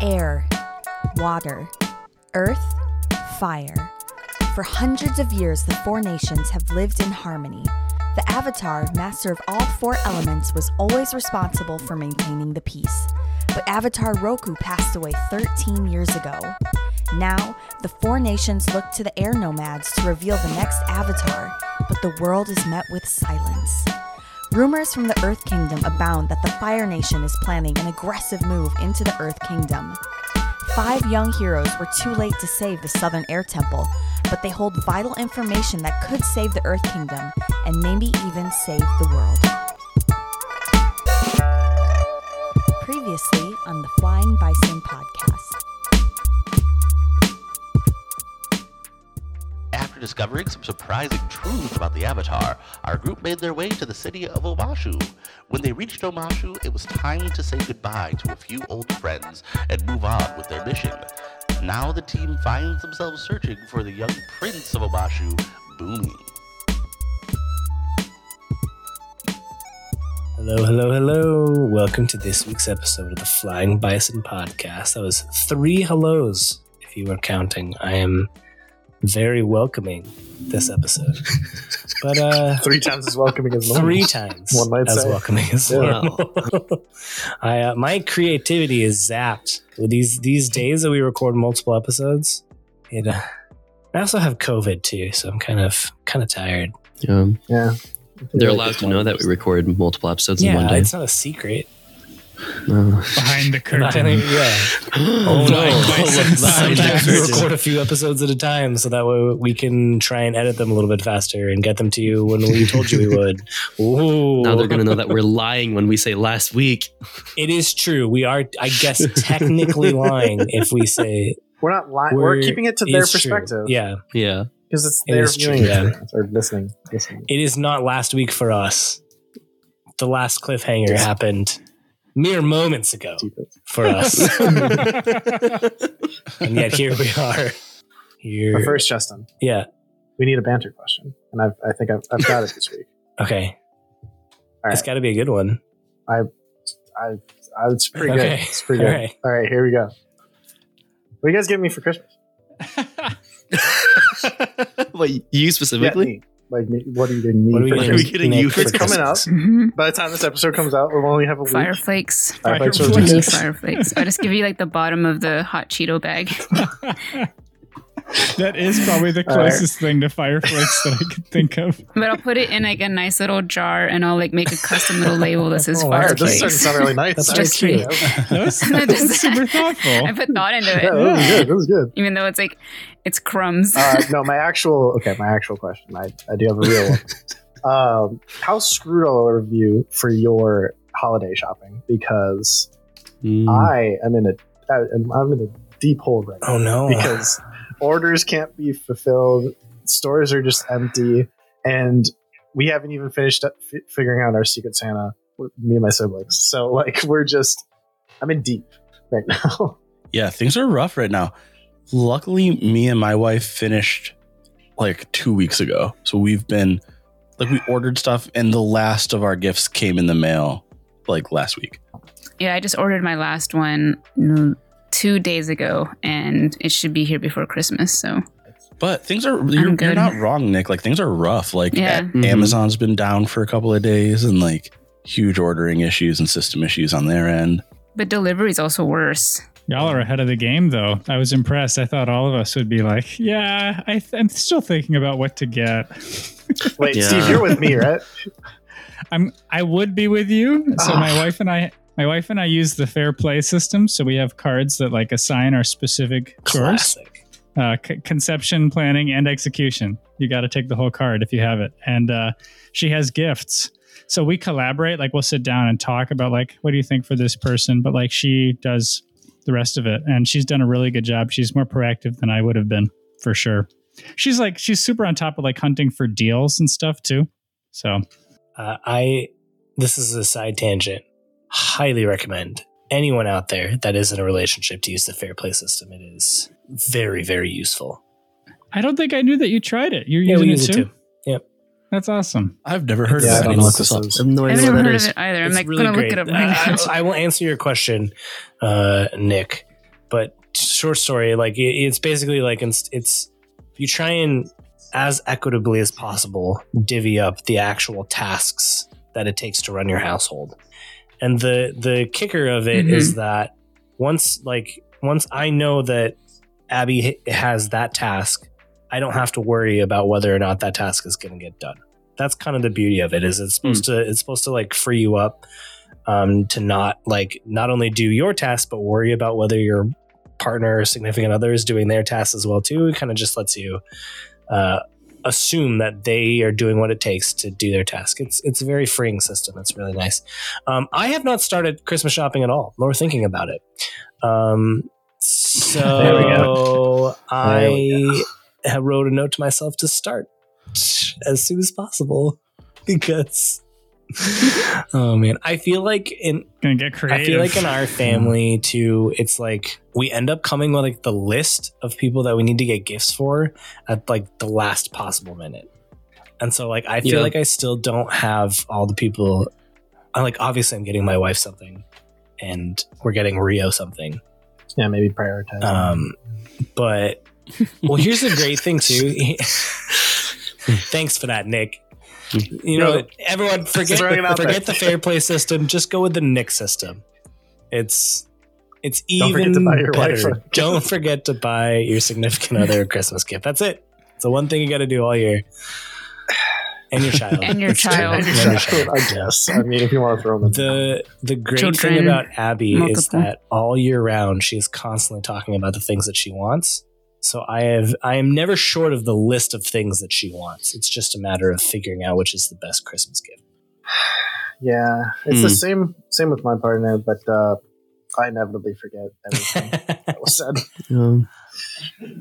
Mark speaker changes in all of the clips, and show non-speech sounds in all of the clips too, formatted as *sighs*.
Speaker 1: air, water, earth, fire. For hundreds of years, the four nations have lived in harmony. The Avatar, master of all four elements, was always responsible for maintaining the peace. But Avatar Roku passed away 13 years ago. Now, the four nations look to the air nomads to reveal the next Avatar, but the world is met with silence. Rumors from the Earth Kingdom abound that the Fire Nation is planning an aggressive move into the Earth Kingdom. Five young heroes were too late to save the Southern Air Temple, but they hold vital information that could save the Earth Kingdom and maybe even save the world. Previously on the Flying Bison podcast.
Speaker 2: After discovering some surprising truths about the Avatar, our group made their way to the city of Omashu. When they reached Omashu, it was time to say goodbye to a few old friends and move on with their mission. Now the team finds themselves searching for the young prince of Omashu, Boomy.
Speaker 3: Hello, hello, hello. Welcome to this week's episode of the Flying Bison Podcast. That was three hellos, if you were counting. I am very welcoming this episode. But uh
Speaker 4: *laughs* three times as welcoming as normal.
Speaker 3: three times
Speaker 4: One might
Speaker 3: as
Speaker 4: say.
Speaker 3: welcoming as
Speaker 4: Yeah.
Speaker 3: normal. *laughs* I uh, my creativity is zapped. With these these days that we record multiple episodes, it uh, I also have COVID too, so I'm kind of kind of tired.
Speaker 5: Um,
Speaker 4: Yeah,
Speaker 5: they're allowed to know that we record multiple episodes in one
Speaker 3: Yeah,
Speaker 5: day. Oh.
Speaker 3: it's not a secret.
Speaker 5: *laughs* No.
Speaker 6: behind the
Speaker 3: *laughs*
Speaker 6: curtain.
Speaker 3: yeah.
Speaker 5: *laughs* Oh,
Speaker 6: Flying bison.
Speaker 5: Flying
Speaker 3: Sometimes we
Speaker 5: bison.
Speaker 3: record a few episodes at a time, so that way we can try and edit them a little bit faster and get them to you when we told you
Speaker 5: *laughs*
Speaker 3: we would. Ooh.
Speaker 5: Now they're gonna know that we're lying when we say last week.
Speaker 3: It is true. We are, I guess, technically
Speaker 5: *laughs*
Speaker 3: lying if we say
Speaker 4: we're not lying. We're,
Speaker 3: We're-
Speaker 4: keeping it to their
Speaker 3: it's true.
Speaker 4: perspective.
Speaker 3: Yeah,
Speaker 5: Yeah,
Speaker 4: because it's
Speaker 3: It
Speaker 4: their
Speaker 3: is true,
Speaker 4: viewing
Speaker 3: yeah.
Speaker 4: experience or listening. listening.
Speaker 3: it is not last week for us. The last cliffhanger happened mere moments ago for
Speaker 5: *laughs*
Speaker 3: us, and yet here we are. Here,
Speaker 4: But first, Justin,
Speaker 3: yeah.
Speaker 4: we need a banter question, and I've, I think I've, I've got it
Speaker 3: *laughs*
Speaker 4: this week.
Speaker 3: Okay,
Speaker 4: All
Speaker 3: it's
Speaker 4: right,
Speaker 3: got to be a good one.
Speaker 4: I, I, it's pretty good.
Speaker 3: Okay.
Speaker 4: It's pretty good.
Speaker 3: All
Speaker 4: All
Speaker 3: right.
Speaker 4: right. here we go. What do you guys give me for Christmas?
Speaker 5: Wait, you specifically?
Speaker 4: Yeah, me. Like, me, what are you getting me?
Speaker 3: What are we
Speaker 4: for
Speaker 5: gonna
Speaker 3: getting,
Speaker 5: Are we
Speaker 4: Christmas?
Speaker 5: getting
Speaker 3: Nick
Speaker 5: you
Speaker 3: for
Speaker 4: It's coming
Speaker 3: Christmas? *laughs*
Speaker 4: up.
Speaker 7: Mhm.
Speaker 4: By the time this episode comes out, we'll only have a week.
Speaker 7: Fire flakes.
Speaker 4: Fire flakes or
Speaker 7: Fire
Speaker 4: Cheetos.
Speaker 7: flakes. I'll just give you like the bottom of the hot Cheeto bag.
Speaker 6: that is probably the
Speaker 4: *laughs* All right.
Speaker 6: closest thing to Fireflakes that I could think of.
Speaker 7: *laughs* But I'll put it in like a nice little jar and I'll like make a custom little label that
Speaker 4: *laughs*
Speaker 7: says
Speaker 3: Oh, wow.
Speaker 7: fire
Speaker 4: Fire. This is starting to
Speaker 7: flakes.
Speaker 4: sound really nice.
Speaker 3: That's
Speaker 7: Just
Speaker 3: pretty
Speaker 7: me.
Speaker 3: cute. *laughs*
Speaker 6: That
Speaker 7: *laughs*
Speaker 6: was, *laughs* that
Speaker 7: That
Speaker 6: was
Speaker 7: is-
Speaker 6: super
Speaker 7: I
Speaker 6: thoughtful.
Speaker 7: put thought into
Speaker 4: Yeah,
Speaker 7: it.
Speaker 4: that was good. That was good.
Speaker 7: Even though it's like it's crumbs.
Speaker 4: uh, no, my actual okay, my actual question. I, I do have a real one. Um, how screwed all of you for your holiday shopping? Because
Speaker 5: Mm.
Speaker 4: I am in a I, am- I'm in a deep hole right now
Speaker 3: Oh no! *laughs*
Speaker 4: because orders can't be fulfilled, stores are just empty, and we haven't even finished up fi figuring out our secret Santa with me and my siblings. So like we're just I'm in deep right now. *laughs*
Speaker 8: Yeah, things are rough right now. Luckily, me and my wife finished like two weeks ago. So we've been like, we ordered stuff, and the last of our gifts came in the mail like last week.
Speaker 7: yeah, I just ordered my last one mm, two days ago and it should be here before Christmas. So
Speaker 8: But things are, you're, you're
Speaker 7: good.
Speaker 8: not wrong, Nick. Like, things are rough. Like,
Speaker 7: yeah.
Speaker 5: Mhm.
Speaker 8: Amazon's been down for a couple of days and like huge ordering issues and system issues on their end.
Speaker 7: But delivery is also worse.
Speaker 6: Y'all are ahead of the game, though. I was impressed. I thought all of us would be like, yeah, I th- I'm still thinking about what to get. *laughs*
Speaker 4: Wait,
Speaker 5: Yeah.
Speaker 4: Steve, you're with me, right?
Speaker 6: I'm I would be with you. So
Speaker 4: Ah.
Speaker 6: my wife and I my wife and I use the fair play system. So we have cards that like assign our specific chores.
Speaker 3: Classic.
Speaker 6: Uh, c- conception, planning, and execution. You got to take the whole card if you have it. And uh, she has gifts. So we collaborate. Like we'll sit down and talk about like what do you think for this person. But like she does the rest of it, and she's done a really good job. She's more proactive than I would have been for sure. She's like she's super on top of like hunting for deals and stuff too. So
Speaker 3: Uh, I this is a side tangent. Highly recommend anyone out there that is in a relationship to use the fair play system. It is very very useful.
Speaker 6: I don't think I knew that you tried it. You're
Speaker 3: Yeah,
Speaker 6: using
Speaker 3: we
Speaker 6: it
Speaker 3: use it
Speaker 6: too?
Speaker 3: too.
Speaker 6: I've That's awesome.
Speaker 8: I've never heard
Speaker 4: Yeah, I
Speaker 8: of that.
Speaker 4: don't
Speaker 8: Need
Speaker 4: know what
Speaker 8: to look
Speaker 4: this
Speaker 8: this up.
Speaker 4: is.
Speaker 5: I have no
Speaker 7: I've
Speaker 5: idea
Speaker 7: never
Speaker 5: what
Speaker 7: heard
Speaker 5: that
Speaker 7: of
Speaker 5: is.
Speaker 7: it either. I'm
Speaker 3: It's *laughs*
Speaker 4: *laughs*
Speaker 7: like
Speaker 3: really
Speaker 7: gonna
Speaker 3: great.
Speaker 7: look it up right
Speaker 3: I-
Speaker 7: now.
Speaker 3: I, I will answer your question, uh, Nick. but short story like it, it's basically like it's, it's you try and as equitably as possible divvy up the actual tasks that it takes to run your household and the the kicker of it is
Speaker 7: Mhm.
Speaker 3: that once like once i know that abby h- has that task i don't have to worry about whether or not that task is going to get done that's kind of the beauty of it is it's supposed to it's supposed to like free you up um, to not like not only do your task but worry about whether your partner or significant other is doing their tasks as well too it kind of just lets you uh, assume that they are doing what it takes to do their task it's it's a very freeing system it's really nice um, i have not started christmas shopping at all nor thinking about it um, so
Speaker 4: *laughs* There we
Speaker 3: i
Speaker 4: There we
Speaker 3: ha- wrote a note to myself to start as soon as possible *laughs* because *laughs* oh man i feel like in
Speaker 6: Gonna get creative.
Speaker 3: i feel like in our family too it's like we end up coming with like the list of people that we need to get gifts for at like the last possible minute and so like i feel
Speaker 5: Yeah.
Speaker 3: like i still don't have all the people i like obviously i'm getting my wife something and we're getting rio something
Speaker 4: Yeah, maybe prioritize.
Speaker 3: um, but well, here's the great thing
Speaker 7: *laughs*
Speaker 3: too. Thanks for that, Nick. You know,
Speaker 4: No.
Speaker 3: everyone forget
Speaker 4: Throwing it
Speaker 3: the,
Speaker 4: out there.
Speaker 3: forget the fair play system. Just go with the Nick system. It's it's
Speaker 4: Don't
Speaker 3: even
Speaker 4: forget to buy your wife
Speaker 3: better.
Speaker 4: a-
Speaker 3: *laughs* Don't forget to buy your significant other a Christmas gift. That's it. It's the one thing you got to do all year. And
Speaker 4: *laughs*
Speaker 3: your child.
Speaker 7: And your child.
Speaker 3: And your child.
Speaker 4: I guess. I mean, if you want to throw them,
Speaker 3: The the great thing
Speaker 7: Children,
Speaker 3: about Abby is
Speaker 7: multiple.
Speaker 3: that all year round she is constantly talking about the things that she wants. So I have I am never short of the list of things that she wants. It's just a matter of figuring out which is the best Christmas gift.
Speaker 4: yeah, it's the
Speaker 5: Hmm.
Speaker 4: same. Same with my partner, but uh, I inevitably forget everything that
Speaker 3: *laughs*
Speaker 4: was said. *laughs*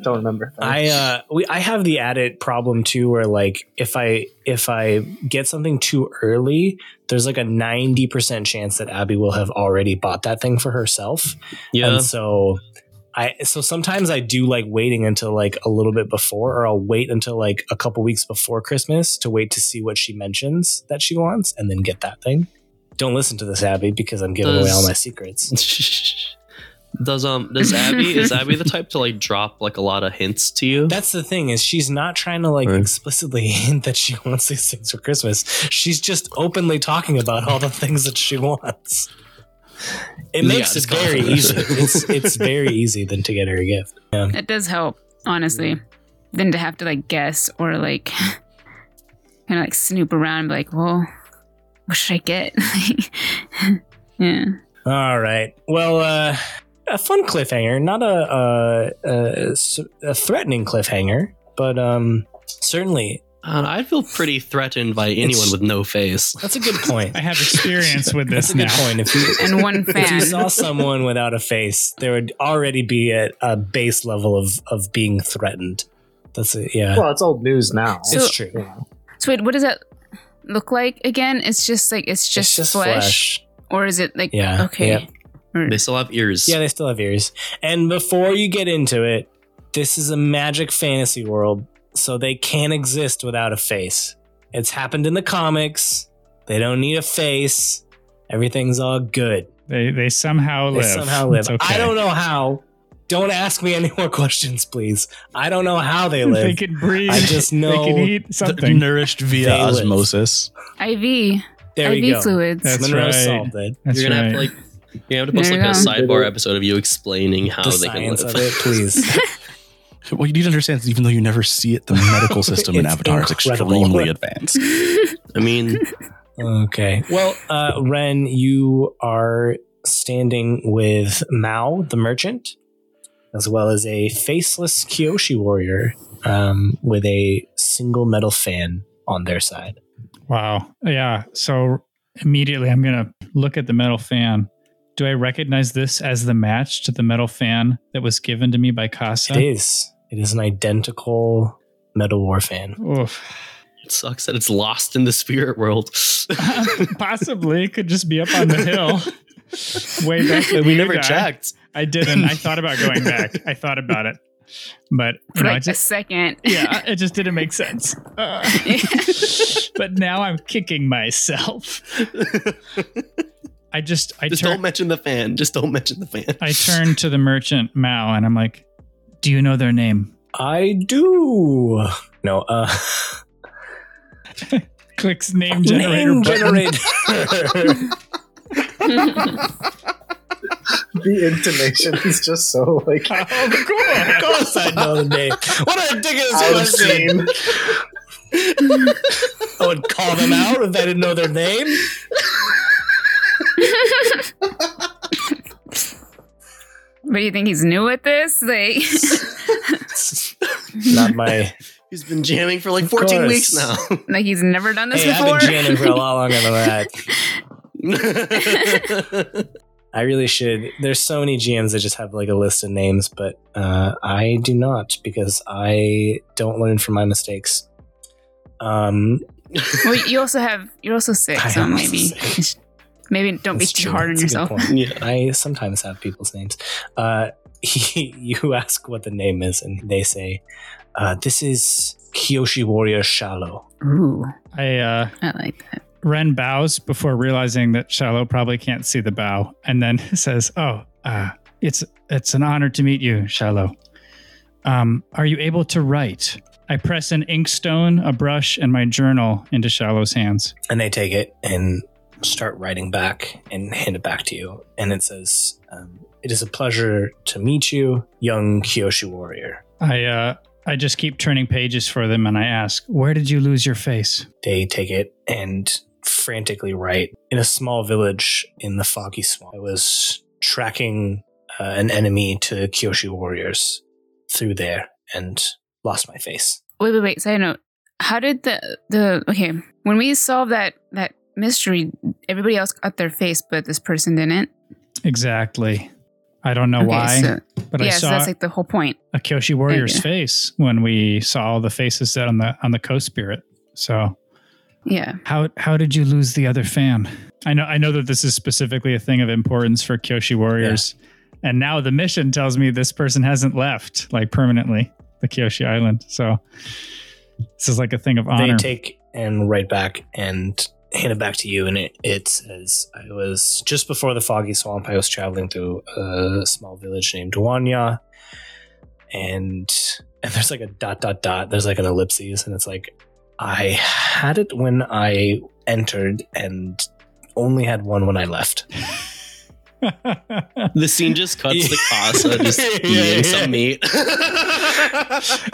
Speaker 4: Don't remember. things.
Speaker 3: I uh we I have the added problem too where like if I if I get something too early, there's like a 90% chance that Abby will have already bought that thing for herself.
Speaker 5: yeah.
Speaker 3: And so I so sometimes I do like waiting until like a little bit before or I'll wait until like a couple weeks before Christmas to wait to see what she mentions that she wants and then get that thing. Don't listen to this Abby because I'm giving away all my secrets.
Speaker 5: *laughs* does um does Abby is Abby the type to like drop like a lot of hints to you?
Speaker 3: That's the thing is she's not trying to like
Speaker 5: Right.
Speaker 3: explicitly *laughs* hint that she wants these things for Christmas. She's just openly talking about all the things that she wants. It
Speaker 5: Yeah,
Speaker 3: makes it
Speaker 5: it's
Speaker 3: very
Speaker 5: confident.
Speaker 3: easy. It's
Speaker 5: *laughs*
Speaker 3: it's very easy then to get her a gift.
Speaker 7: It does help, honestly, than to have to like guess or like *laughs* kind of like snoop around and be like, well, what should I get? *laughs* yeah.
Speaker 3: All right. Well, uh, a fun cliffhanger, not a, a, a, a threatening cliffhanger, but um, certainly
Speaker 5: Uh, I feel pretty threatened by anyone
Speaker 3: It's-
Speaker 5: with no face.
Speaker 3: that's a good point.
Speaker 6: *laughs* *laughs* I have experience
Speaker 3: *laughs*
Speaker 6: with
Speaker 3: That's
Speaker 6: this
Speaker 3: a good
Speaker 6: now.
Speaker 3: point. If you,
Speaker 7: And one
Speaker 3: *laughs* if you
Speaker 7: fan. *laughs*
Speaker 3: saw someone without a face, there would already be a, a base level of, of being threatened. That's it. Yeah,
Speaker 4: well, it's old news now.
Speaker 3: it's
Speaker 7: so-
Speaker 3: true.
Speaker 4: Yeah.
Speaker 7: So wait, what does that look like again? It's just like it's just,
Speaker 3: it's just
Speaker 7: flesh,
Speaker 3: flesh.
Speaker 7: or is it like
Speaker 3: Yeah,
Speaker 7: okay?
Speaker 3: yep.
Speaker 7: Or-
Speaker 5: They still have ears.
Speaker 3: Yeah, they still have ears. And before you get into it, this is a magic fantasy world, so they can't exist without a face. It's happened in the comics. They don't need a face. Everything's all good.
Speaker 6: They they somehow
Speaker 3: They
Speaker 6: live.
Speaker 3: somehow live.
Speaker 6: It's okay.
Speaker 3: I don't know how. Don't ask me any more *laughs* questions, please. I don't know how they
Speaker 6: *laughs* They
Speaker 3: live.
Speaker 6: can breathe.
Speaker 3: I just know
Speaker 6: they can eat
Speaker 8: They're
Speaker 6: something.
Speaker 8: nourished via
Speaker 3: They live.
Speaker 8: osmosis.
Speaker 7: IV,
Speaker 3: there
Speaker 7: IV
Speaker 3: you go.
Speaker 7: fluids.
Speaker 6: That's
Speaker 3: Monroe
Speaker 6: right.
Speaker 3: solved it.
Speaker 6: That's
Speaker 5: you're gonna
Speaker 6: right.
Speaker 5: have to like you have to post
Speaker 7: There
Speaker 5: like
Speaker 7: you
Speaker 5: a
Speaker 7: go.
Speaker 5: sidebar episode of you explaining how
Speaker 3: the
Speaker 5: Oh, they can live.
Speaker 3: science of it, please.
Speaker 8: What you need to understand is even though you never see it, the medical system in
Speaker 3: It's
Speaker 8: Avatar
Speaker 3: incredible.
Speaker 7: *laughs*
Speaker 8: is extremely advanced.
Speaker 5: *laughs* I mean,
Speaker 3: okay. Well, uh, Ren, you are standing with Mao, the merchant, as well as a faceless Kyoshi warrior um, with a single metal fan on their side.
Speaker 6: Wow. Yeah. So immediately I'm going to look at the metal fan. Do I recognize this as the match to the metal fan that was given to me by Casa?
Speaker 3: It is. It is an identical metal war fan.
Speaker 6: Oof. *laughs*
Speaker 5: it sucks that it's lost in the spirit world. *laughs*
Speaker 6: Possibly. It could just be up on
Speaker 3: *laughs*
Speaker 6: the hill. Way back. when
Speaker 5: we never
Speaker 6: died.
Speaker 5: checked.
Speaker 6: I
Speaker 3: *laughs*
Speaker 6: didn't. I thought about going back. I thought about it. But you
Speaker 7: *laughs* For
Speaker 6: know, I
Speaker 7: like a
Speaker 6: just,
Speaker 3: *laughs*
Speaker 7: second. *laughs*
Speaker 6: yeah, it just didn't make sense. Uh, but now I'm kicking myself. I just I
Speaker 5: Just
Speaker 6: turn
Speaker 5: don't mention the fan. Just don't mention the fan.
Speaker 6: I turn to the merchant Mao and I'm like, "Do you know their name?"
Speaker 3: I do. No, uh,
Speaker 6: Clicks name generator.
Speaker 3: name
Speaker 6: button.
Speaker 3: generator.
Speaker 4: the intonation is just so like
Speaker 3: of course I know the name. *laughs* What a ridiculous
Speaker 4: out of
Speaker 3: question.
Speaker 4: scene.
Speaker 3: I would call them out if I didn't know their name.
Speaker 7: What do you think he's new at this? Like, *laughs*
Speaker 3: Not my.
Speaker 5: He's been jamming for like 14
Speaker 3: course.
Speaker 5: weeks now.
Speaker 6: *laughs*
Speaker 7: like he's never done this
Speaker 3: Hey, I've
Speaker 7: before.
Speaker 3: been jamming for a lot longer than that. I really should. There's so many GMs that just have like a list of names, but uh, I do not because I don't learn from my mistakes. Um,
Speaker 7: well, you also have you're also sick,
Speaker 3: I
Speaker 7: so
Speaker 3: am also
Speaker 7: maybe
Speaker 3: sick.
Speaker 7: maybe don't
Speaker 3: that's
Speaker 7: be too
Speaker 3: true.
Speaker 7: hard on
Speaker 3: That's a good
Speaker 7: yourself.
Speaker 3: point.
Speaker 5: yeah.
Speaker 3: I sometimes have people's names. Uh, *laughs* you ask what the name is, and they say, uh, "This is Kyoshi Warrior Shallow."
Speaker 7: Ooh,
Speaker 6: I uh,
Speaker 7: I like that.
Speaker 6: Ren bows before realizing that Shallow probably can't see the bow, and then *laughs* says, "Oh, uh, it's it's an honor to meet you, Shallow. Um, are you able to write?" I press an inkstone, a brush, and my journal into Shallow's hands.
Speaker 3: and they take it and start writing back and hand it back to you and it says um, it is a pleasure to meet you young kyoshi warrior
Speaker 6: I uh, I just keep turning pages for them, and I ask, "Where did you lose your face?"
Speaker 3: they take it and frantically write in a small village in the foggy swamp i was tracking uh, an enemy to kyoshi warriors through there and lost my face
Speaker 7: Wait, wait, wait. Side note: How did the the okay when we solved that that mystery? Everybody else got their face, but this person didn't.
Speaker 6: Exactly. I don't know
Speaker 7: okay,
Speaker 6: why,
Speaker 7: So,
Speaker 6: but
Speaker 7: yeah,
Speaker 6: I
Speaker 7: so
Speaker 6: saw
Speaker 7: that's like the whole point.
Speaker 6: a Kyoshi warrior's
Speaker 7: yeah.
Speaker 6: face when we saw the faces set on the on the coast spirit. So
Speaker 7: *laughs* Yeah.
Speaker 6: How how did you lose the other fan? I know I know that this is specifically a thing of importance for Kyoshi warriors. And now the mission tells me this person hasn't left like permanently the Kyoshi island. So this is like a thing of honor.
Speaker 3: they take and write back and hand it back to you and it, it says i was just before the foggy swamp i was traveling through a small village named wanya and and there's like a dot dot dot there's like an ellipses and it's like i had it when i entered and only had one when i left
Speaker 6: *laughs*
Speaker 5: The scene just cuts to Casa just
Speaker 3: Yeah,
Speaker 5: eating
Speaker 3: yeah.
Speaker 5: some
Speaker 6: *laughs*
Speaker 5: meat.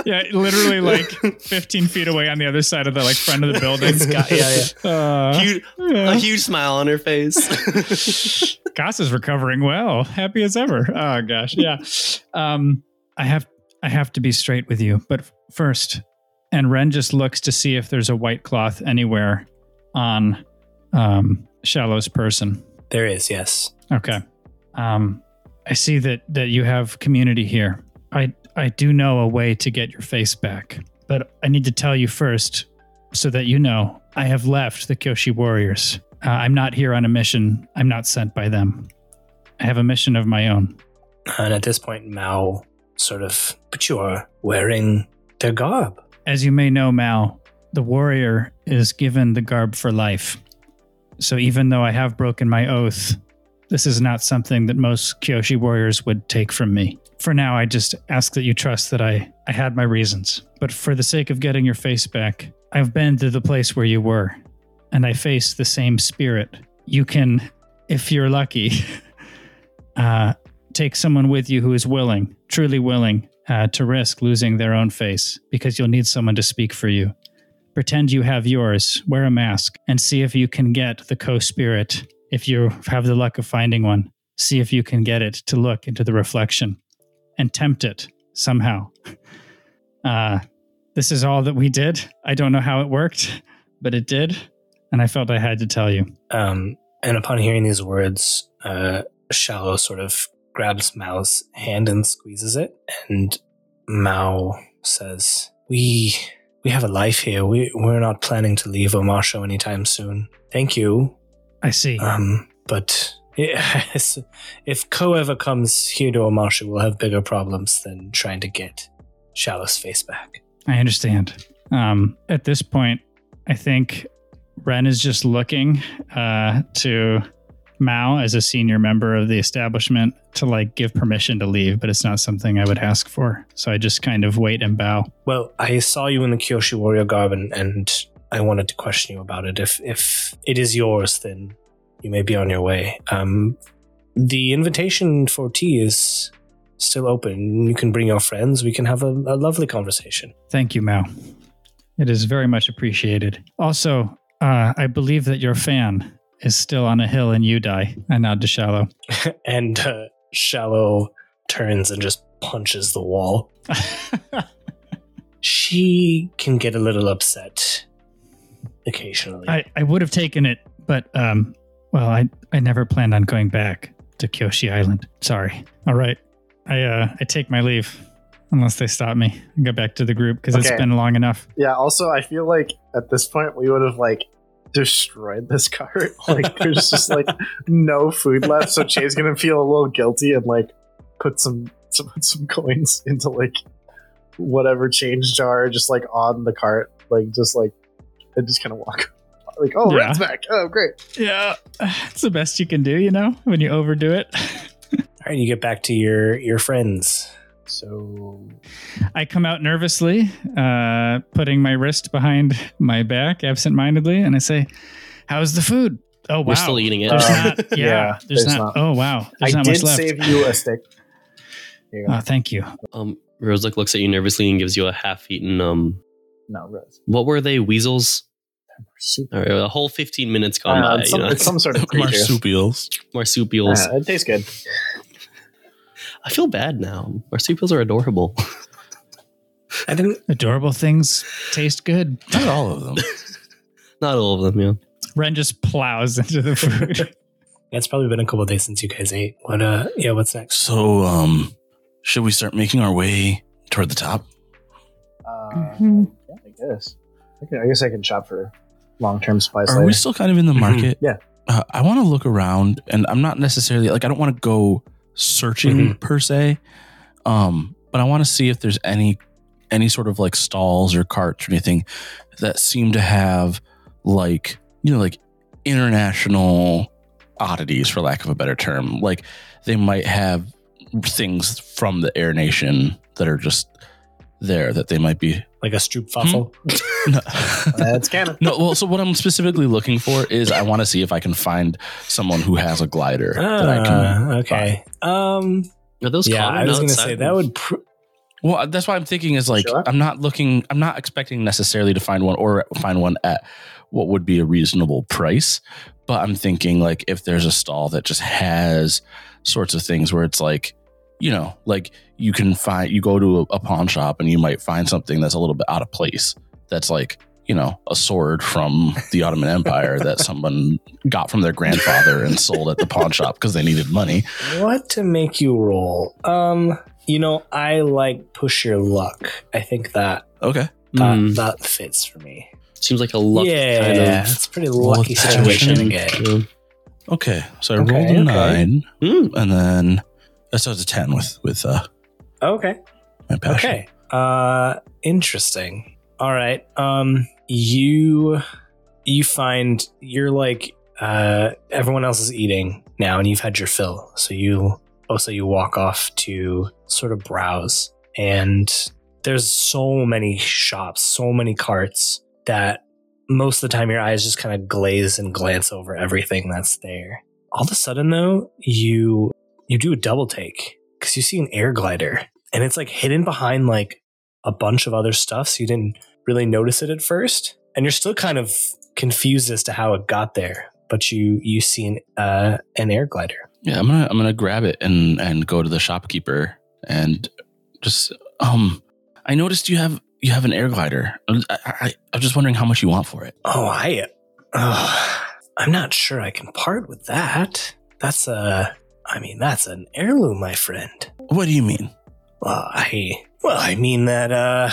Speaker 6: yeah, literally like 15 feet away on the other side of the like front of the building.
Speaker 3: It's got- yeah,
Speaker 6: *laughs* Uh,
Speaker 5: Huge-
Speaker 6: yeah.
Speaker 5: a huge smile on her
Speaker 6: *laughs*
Speaker 5: face.
Speaker 6: Goss is recovering well, happy as ever. Oh gosh, yeah. Um, I have I have to be straight with you, but first, and Ren just looks to see if there's a white cloth anywhere on um, Shallow's person.
Speaker 3: there is yes
Speaker 6: Okay. Um, I see that that you have community here. I I do know a way to get your face back, but I need to tell you first, so that you know I have left the Kyoshi Warriors. Uh, I'm not here on a mission. I'm not sent by them. I have a mission of my own.
Speaker 3: and at this point mao sort of but you are wearing their garb
Speaker 6: As you may know, Mao, the warrior is given the garb for life. So even though I have broken my oath, this is not something that most Kyoshi warriors would take from me. For now, I just ask that you trust that I, I had my reasons. But for the sake of getting your face back, I've been to the place where you were, and I face the same spirit. You can, if you're lucky, *laughs* uh, take someone with you who is willing, truly willing, uh, to risk losing their own face because you'll need someone to speak for you. Pretend you have yours, wear a mask, and see if you can get the co spirit. If you have the luck of finding one, see if you can get it to look into the reflection and tempt it somehow. *laughs* Uh, this is all that we did. I don't know how it worked, but it did. And I felt I had to tell you.
Speaker 3: Um, and upon hearing these words, uh, Shallow sort of grabs Mao's hand and squeezes it, and Mao says, "We we have a life here. We we're not planning to leave Omasho anytime soon. Thank you,
Speaker 6: I see.
Speaker 3: um, but." *laughs* Yes, if Ko ever comes here to Omasha, we'll have bigger problems than trying to get Shallow's face back.
Speaker 6: I understand. Um, at this point, I think Ren is just looking uh, to Mao as a senior member of the establishment to like give permission to leave, but it's not something I would ask for. So I just kind of wait and bow.
Speaker 3: Well, I saw you in the Kyoshi warrior garb, and, and I wanted to question you about it. If if it is yours, then you may be on your way. Um, the invitation for tea is still open. You can bring your friends. We can have a, a lovely conversation.
Speaker 6: Thank you, Mao. It is very much appreciated. Also, uh, I believe that your fan is still on a hill in Udai. I nod to Shallow. *laughs*
Speaker 3: And uh, Shallow turns and just punches the wall. She can get a little upset occasionally.
Speaker 6: I, I would have taken it, but um, well, I, I never planned on going back to Kyoshi Island. Sorry. All right, I uh, I take my leave unless they stop me and go back to the group because
Speaker 4: Okay.
Speaker 6: it's been long enough.
Speaker 4: Yeah. Also, I feel like at this point we would have like destroyed this cart. *laughs* Like there's just like no food left, so Jay's gonna feel a little guilty and like put some some some coins into like whatever change jar, just like on the cart, like just like and just kind of walk. *laughs* Like oh,
Speaker 6: Yeah.
Speaker 4: Red's back. Oh, great.
Speaker 6: Yeah, *sighs* it's the best you can do, you know, when you overdo it. *laughs*
Speaker 3: All right, you get back to your your friends.
Speaker 4: So
Speaker 6: I come out nervously, uh, putting my wrist behind my back absentmindedly, and I say, "How's the food?" Oh wow,
Speaker 5: We're still eating it.
Speaker 6: There's
Speaker 4: Um,
Speaker 6: not,
Speaker 4: *laughs*
Speaker 6: yeah,
Speaker 4: yeah,
Speaker 6: there's,
Speaker 4: there's
Speaker 6: not,
Speaker 4: not.
Speaker 6: Oh wow, there's
Speaker 4: I
Speaker 6: not
Speaker 4: did
Speaker 6: much left.
Speaker 4: save you a stick. Here you go.
Speaker 6: Oh, thank you.
Speaker 5: Um, Rosalick looks at you nervously and gives you a half-eaten. Um,
Speaker 4: no, Rose.
Speaker 5: what were they? Weasels.
Speaker 4: Soup.
Speaker 5: All right, a whole fifteen minutes gone
Speaker 4: Uh,
Speaker 5: by.
Speaker 4: it's some,
Speaker 5: Oh, you know?
Speaker 4: it's some sort of creature.
Speaker 8: Marsupials.
Speaker 5: *laughs* marsupials.
Speaker 4: Uh, it tastes good.
Speaker 5: I feel bad now. Marsupials are adorable. *laughs*
Speaker 3: I didn't.
Speaker 6: Adorable things taste good.
Speaker 8: Not all of them.
Speaker 5: Not all of them, yeah.
Speaker 6: Ren just plows into the food.
Speaker 3: It's probably been a couple of days since you guys ate. What uh? Yeah, what's next?
Speaker 8: So, um, should we start making our way toward the top?
Speaker 4: Uh,
Speaker 7: Mhm.
Speaker 4: yeah, I guess. I, can, I guess I can shop for long term spice.
Speaker 8: Are
Speaker 4: later.
Speaker 8: we still kind of in the
Speaker 3: Mhm.
Speaker 8: market?
Speaker 4: Yeah.
Speaker 8: Uh, I want to look around, and I'm not necessarily like I don't want to go searching per se, um, but I want to see if there's any any sort of like stalls or carts or anything that seem to have like you know like international oddities for lack of a better term. Like they might have things from the Air Nation that are just there that they might be. *laughs*
Speaker 3: Like a stroopwafel?
Speaker 4: That's canon.
Speaker 8: No, well, so what I'm specifically looking for is I want to see if I can find someone who has a glider that I can.
Speaker 3: Ah, okay. Um.
Speaker 5: Are those
Speaker 3: yeah,
Speaker 5: common
Speaker 3: I was gonna
Speaker 5: outside?
Speaker 3: say that would. Pr-
Speaker 8: Well, uh, that's why I'm thinking is like
Speaker 4: Sure.
Speaker 8: I'm not looking, I'm not expecting necessarily to find one or find one at what would be a reasonable price. But I'm thinking like if there's a stall that just has sorts of things where it's like, you know, like you can find you go to a, a pawn shop and you might find something that's a little bit out of place. That's like you know a sword from the Ottoman Empire that someone got from their grandfather and sold at the pawn shop because they needed money.
Speaker 3: What to make you roll? Um, you know, I like push your luck. I think that
Speaker 8: Okay,
Speaker 3: that,
Speaker 5: Mm,
Speaker 3: that fits for me.
Speaker 5: seems like a luck
Speaker 3: yeah,
Speaker 5: kind of
Speaker 3: it's a pretty
Speaker 8: Roll
Speaker 3: lucky
Speaker 8: with
Speaker 3: situation to
Speaker 5: action.
Speaker 3: get.
Speaker 5: Yeah.
Speaker 8: okay. So I
Speaker 3: Okay,
Speaker 8: rolled a
Speaker 3: okay. Hmm.
Speaker 8: nine.
Speaker 5: Mm,
Speaker 8: and then that's so it's a ten with with uh,
Speaker 3: Okay.
Speaker 8: my passion.
Speaker 3: Okay. Uh, interesting. All right. Um, you you find you're like uh everyone else is eating now, and you've had your fill. So you also you walk off to sort of browse, and there's so many shops, so many carts that most of the time your eyes just kind of glaze and glance over everything that's there. All of a sudden, though, you you do a double take because you see an air glider and it's like hidden behind like a bunch of other stuff so you didn't really notice it at first and you're still kind of confused as to how it got there but you you see an uh an air glider
Speaker 8: Yeah, I'm gonna I'm gonna grab it and and go to the shopkeeper and just um. I noticed you have you have an air glider. I, I, I'm just wondering how much you want for it.
Speaker 3: oh i oh, i'm not sure i can part with that that's a i mean that's an heirloom my friend
Speaker 8: What do you mean?
Speaker 3: well i well i mean that uh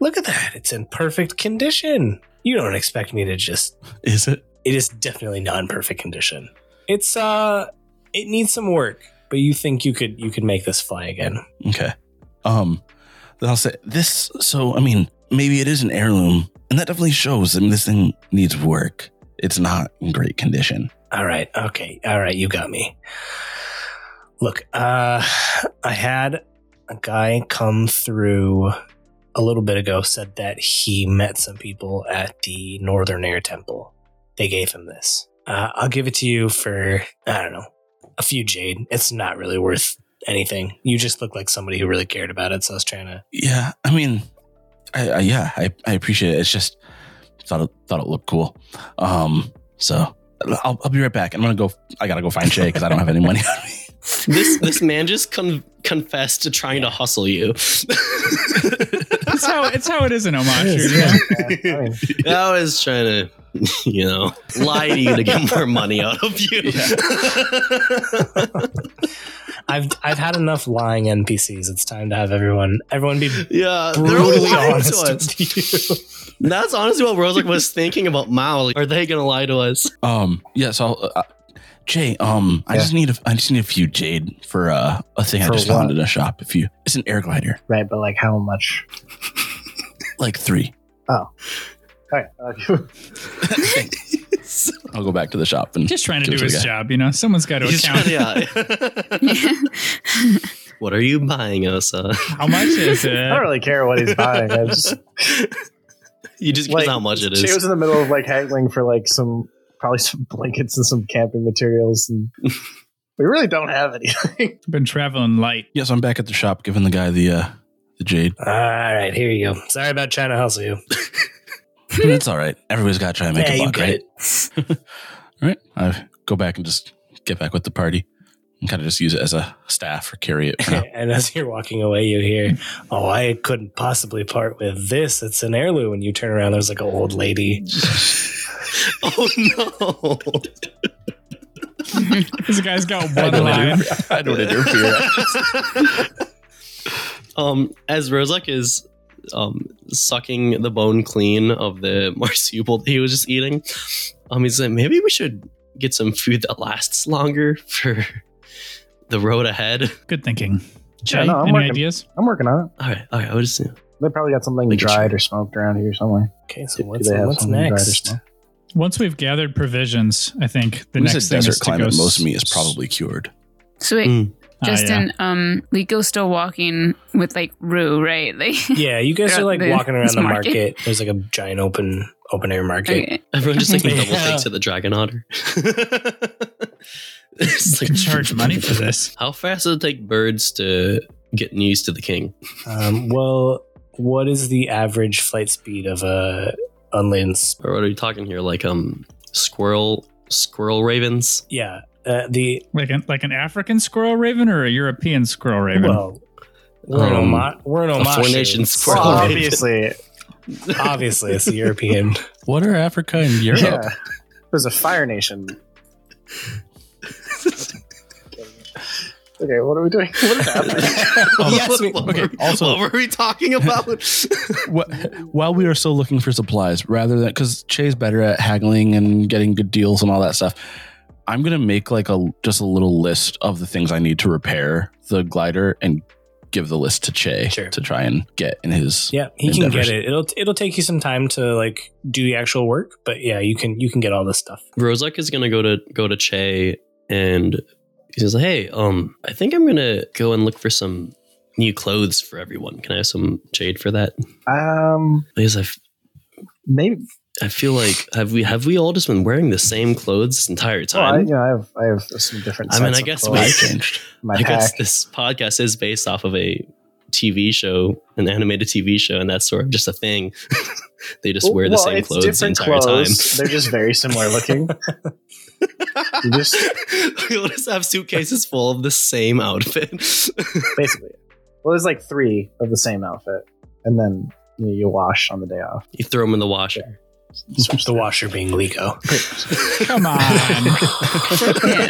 Speaker 3: look at that it's in perfect condition you don't expect me to just
Speaker 8: Is it?
Speaker 3: it is definitely not in perfect condition. It's uh it needs some work, but you think you could you could make this fly again.
Speaker 8: Okay. Um, then I'll say this. So, I mean, maybe it is an heirloom, and that definitely shows. I mean, this thing needs work. It's not in great condition.
Speaker 3: All right. Okay. All right. You got me. Look, uh, I had a guy come through a little bit ago, said that he met some people at the Northern Air Temple. They gave him this. Uh, I'll give it to you for, I don't know, a few jade. It's not really worth anything. You just look like somebody who really cared about it. So I was trying to.
Speaker 8: Yeah, I mean, I, I yeah, I, I appreciate it. It's just thought it, thought it looked cool. Um, so I'll, I'll be right back. I'm gonna go. I gotta go find Shay because I don't have any money on me. *laughs*
Speaker 5: This this man just con- confessed to trying to hustle you. *laughs*
Speaker 6: It's how it's how it is in Omashu.
Speaker 4: Yes,
Speaker 6: Yeah.
Speaker 4: yeah, I mean,
Speaker 5: I was trying to, *laughs* you know, lie to you to get more money out of you.
Speaker 3: I've I've had enough lying NPCs. It's time to have everyone everyone be
Speaker 5: *laughs* Yeah, they're all
Speaker 3: brutally
Speaker 5: lying
Speaker 3: honest
Speaker 5: to us.
Speaker 3: with you.
Speaker 5: That's honestly what Rose like, was thinking about Mao. Like, are they gonna lie
Speaker 4: *laughs*
Speaker 5: to us?
Speaker 8: Um, yeah. So I'll, uh, Jay, um, I
Speaker 4: Yeah.
Speaker 8: just need a, I just need a few jade for uh, a thing I
Speaker 4: For
Speaker 8: just
Speaker 4: what?
Speaker 8: found in a shop. If you, it's an air glider,
Speaker 4: right, but like how much?
Speaker 8: like three.
Speaker 4: All right, uh, *laughs*
Speaker 8: I'll go back to the shop and
Speaker 6: Just trying to
Speaker 8: Give
Speaker 6: do
Speaker 8: it to
Speaker 6: his
Speaker 8: the
Speaker 6: job, you know. Someone's got to
Speaker 5: He's
Speaker 6: account.
Speaker 5: trying to- yeah. *laughs* what are you buying, Osa?
Speaker 6: How much is it?
Speaker 4: I don't really care what he's buying. I just
Speaker 5: you *laughs* just guess
Speaker 4: like
Speaker 5: how much it
Speaker 4: She was
Speaker 5: is.
Speaker 4: in the middle of like haggling for like some probably some *laughs* blankets and some camping materials, and we really don't have any. *laughs*
Speaker 6: Been traveling light.
Speaker 8: yes, I'm back at the shop giving the guy the uh, the jade.
Speaker 3: All right, here you go. Sorry about trying to hustle you.
Speaker 8: But it's all right. Everybody's got to try and make
Speaker 3: Yeah,
Speaker 8: a
Speaker 3: you
Speaker 8: buck,
Speaker 3: get
Speaker 8: right?
Speaker 3: it.
Speaker 8: All right. I go back and just get back with the party and kind of just use it as a staff or carry it. for now.
Speaker 3: *laughs* and as you're walking away, you hear, "Oh, I couldn't possibly part with this. It's an heirloom." And you turn around, there's like an old lady.
Speaker 5: *laughs* oh no!
Speaker 6: This guy's got
Speaker 8: I
Speaker 6: one
Speaker 8: don't,
Speaker 6: line.
Speaker 8: interfere. *laughs* I don't *laughs* interfere.
Speaker 5: *laughs* um, as Rozak is um sucking the bone clean of the *laughs* marsupial that he was just eating, um, he's like, maybe we should get some food that lasts longer for the road ahead.
Speaker 6: Good thinking. Jay,
Speaker 4: no, I'm
Speaker 6: any
Speaker 4: working.
Speaker 6: ideas?
Speaker 4: I'm working on it.
Speaker 5: All right, all right. I would just
Speaker 4: They probably got something
Speaker 5: Like a
Speaker 4: dried or smoked around here somewhere.
Speaker 3: Okay, so
Speaker 4: Do
Speaker 3: what's,
Speaker 4: they have
Speaker 3: what's
Speaker 4: something dried or
Speaker 3: next?
Speaker 4: smoked?
Speaker 6: Once we've gathered provisions, I think the
Speaker 8: When
Speaker 6: next
Speaker 8: it's a
Speaker 6: thing
Speaker 8: desert
Speaker 6: is to
Speaker 8: climate,
Speaker 6: go
Speaker 8: most meat is
Speaker 6: s-
Speaker 8: probably cured.
Speaker 7: So wait,
Speaker 5: Mm.
Speaker 6: Ah, yeah.
Speaker 7: Justin, um, Lico's still walking with like Rue, right? *laughs* Like,
Speaker 3: Yeah, you guys are like
Speaker 7: Yeah,
Speaker 3: walking around
Speaker 7: this
Speaker 3: the market.
Speaker 7: market.
Speaker 3: There's like a giant open open air market.
Speaker 7: okay.
Speaker 5: Everyone just like double
Speaker 3: Yeah.
Speaker 5: takes at the dragon otter. *laughs* It's
Speaker 6: They
Speaker 5: like,
Speaker 6: charge money for this.
Speaker 5: How fast does it take birds to get news to the king?
Speaker 3: Um, well, what is the average flight speed of a unladen? Sp-
Speaker 5: Or what are we talking here? Like um squirrel squirrel ravens?
Speaker 3: yeah, uh, the
Speaker 6: Like an like an African squirrel raven or a European squirrel raven?
Speaker 3: well, we're in
Speaker 5: Um,
Speaker 3: Oma- we're in
Speaker 5: a
Speaker 3: Omashu.
Speaker 5: four-nation
Speaker 3: so
Speaker 5: squirrel Well, raven.
Speaker 4: obviously,
Speaker 5: *laughs*
Speaker 3: Obviously, it's European.
Speaker 8: What are Africa and Europe?
Speaker 4: yeah. There's a fire nation. Okay, what are we doing? *laughs* What is
Speaker 8: *laughs*
Speaker 4: happening?
Speaker 8: Oh, Yes,
Speaker 5: we-
Speaker 8: okay, also-
Speaker 5: what were we *laughs* talking about?
Speaker 8: Wha- While we are still looking for supplies, rather than because Che's better at haggling and getting good deals and all that stuff, I'm gonna make like a just a little list of the things I need to repair the glider and give the list to Che
Speaker 3: Sure.
Speaker 8: to try and get in his.
Speaker 3: Yeah, he can
Speaker 8: Endeavors.
Speaker 3: get it. It'll it'll take you some time to like do the actual work, but yeah, you can you can get all this stuff.
Speaker 5: Rozak is gonna go to go to Che and he says, Hey, um, I think I'm gonna go and look for some new clothes for everyone. Can I have some jade for that?
Speaker 4: um,
Speaker 5: Because I, f-
Speaker 4: maybe.
Speaker 5: I feel like have we have we all just been wearing the same clothes this entire
Speaker 4: Well, I,
Speaker 5: time?
Speaker 4: you know, I have I have some different.
Speaker 5: I mean,
Speaker 4: sets
Speaker 5: I
Speaker 4: of
Speaker 5: guess
Speaker 4: clothes.
Speaker 5: we- *laughs*
Speaker 8: changed.
Speaker 4: my
Speaker 5: I guess
Speaker 4: pack.
Speaker 5: this podcast is based off of a TV show, an animated TV show, and that's sort of just a thing. *laughs* they just wear the
Speaker 4: Well,
Speaker 5: same
Speaker 4: it's
Speaker 5: clothes the
Speaker 4: different
Speaker 5: entire
Speaker 4: clothes.
Speaker 5: *laughs*
Speaker 4: They're just very similar looking. you just
Speaker 5: time. We'll just have suitcases full of the same outfit. *laughs*
Speaker 4: basically. Well, there's like three of the same outfit, and then you, know, you wash on the day off.
Speaker 5: you throw them in the washer.
Speaker 3: The washer being Lico. *laughs*
Speaker 4: *laughs*
Speaker 6: Come on.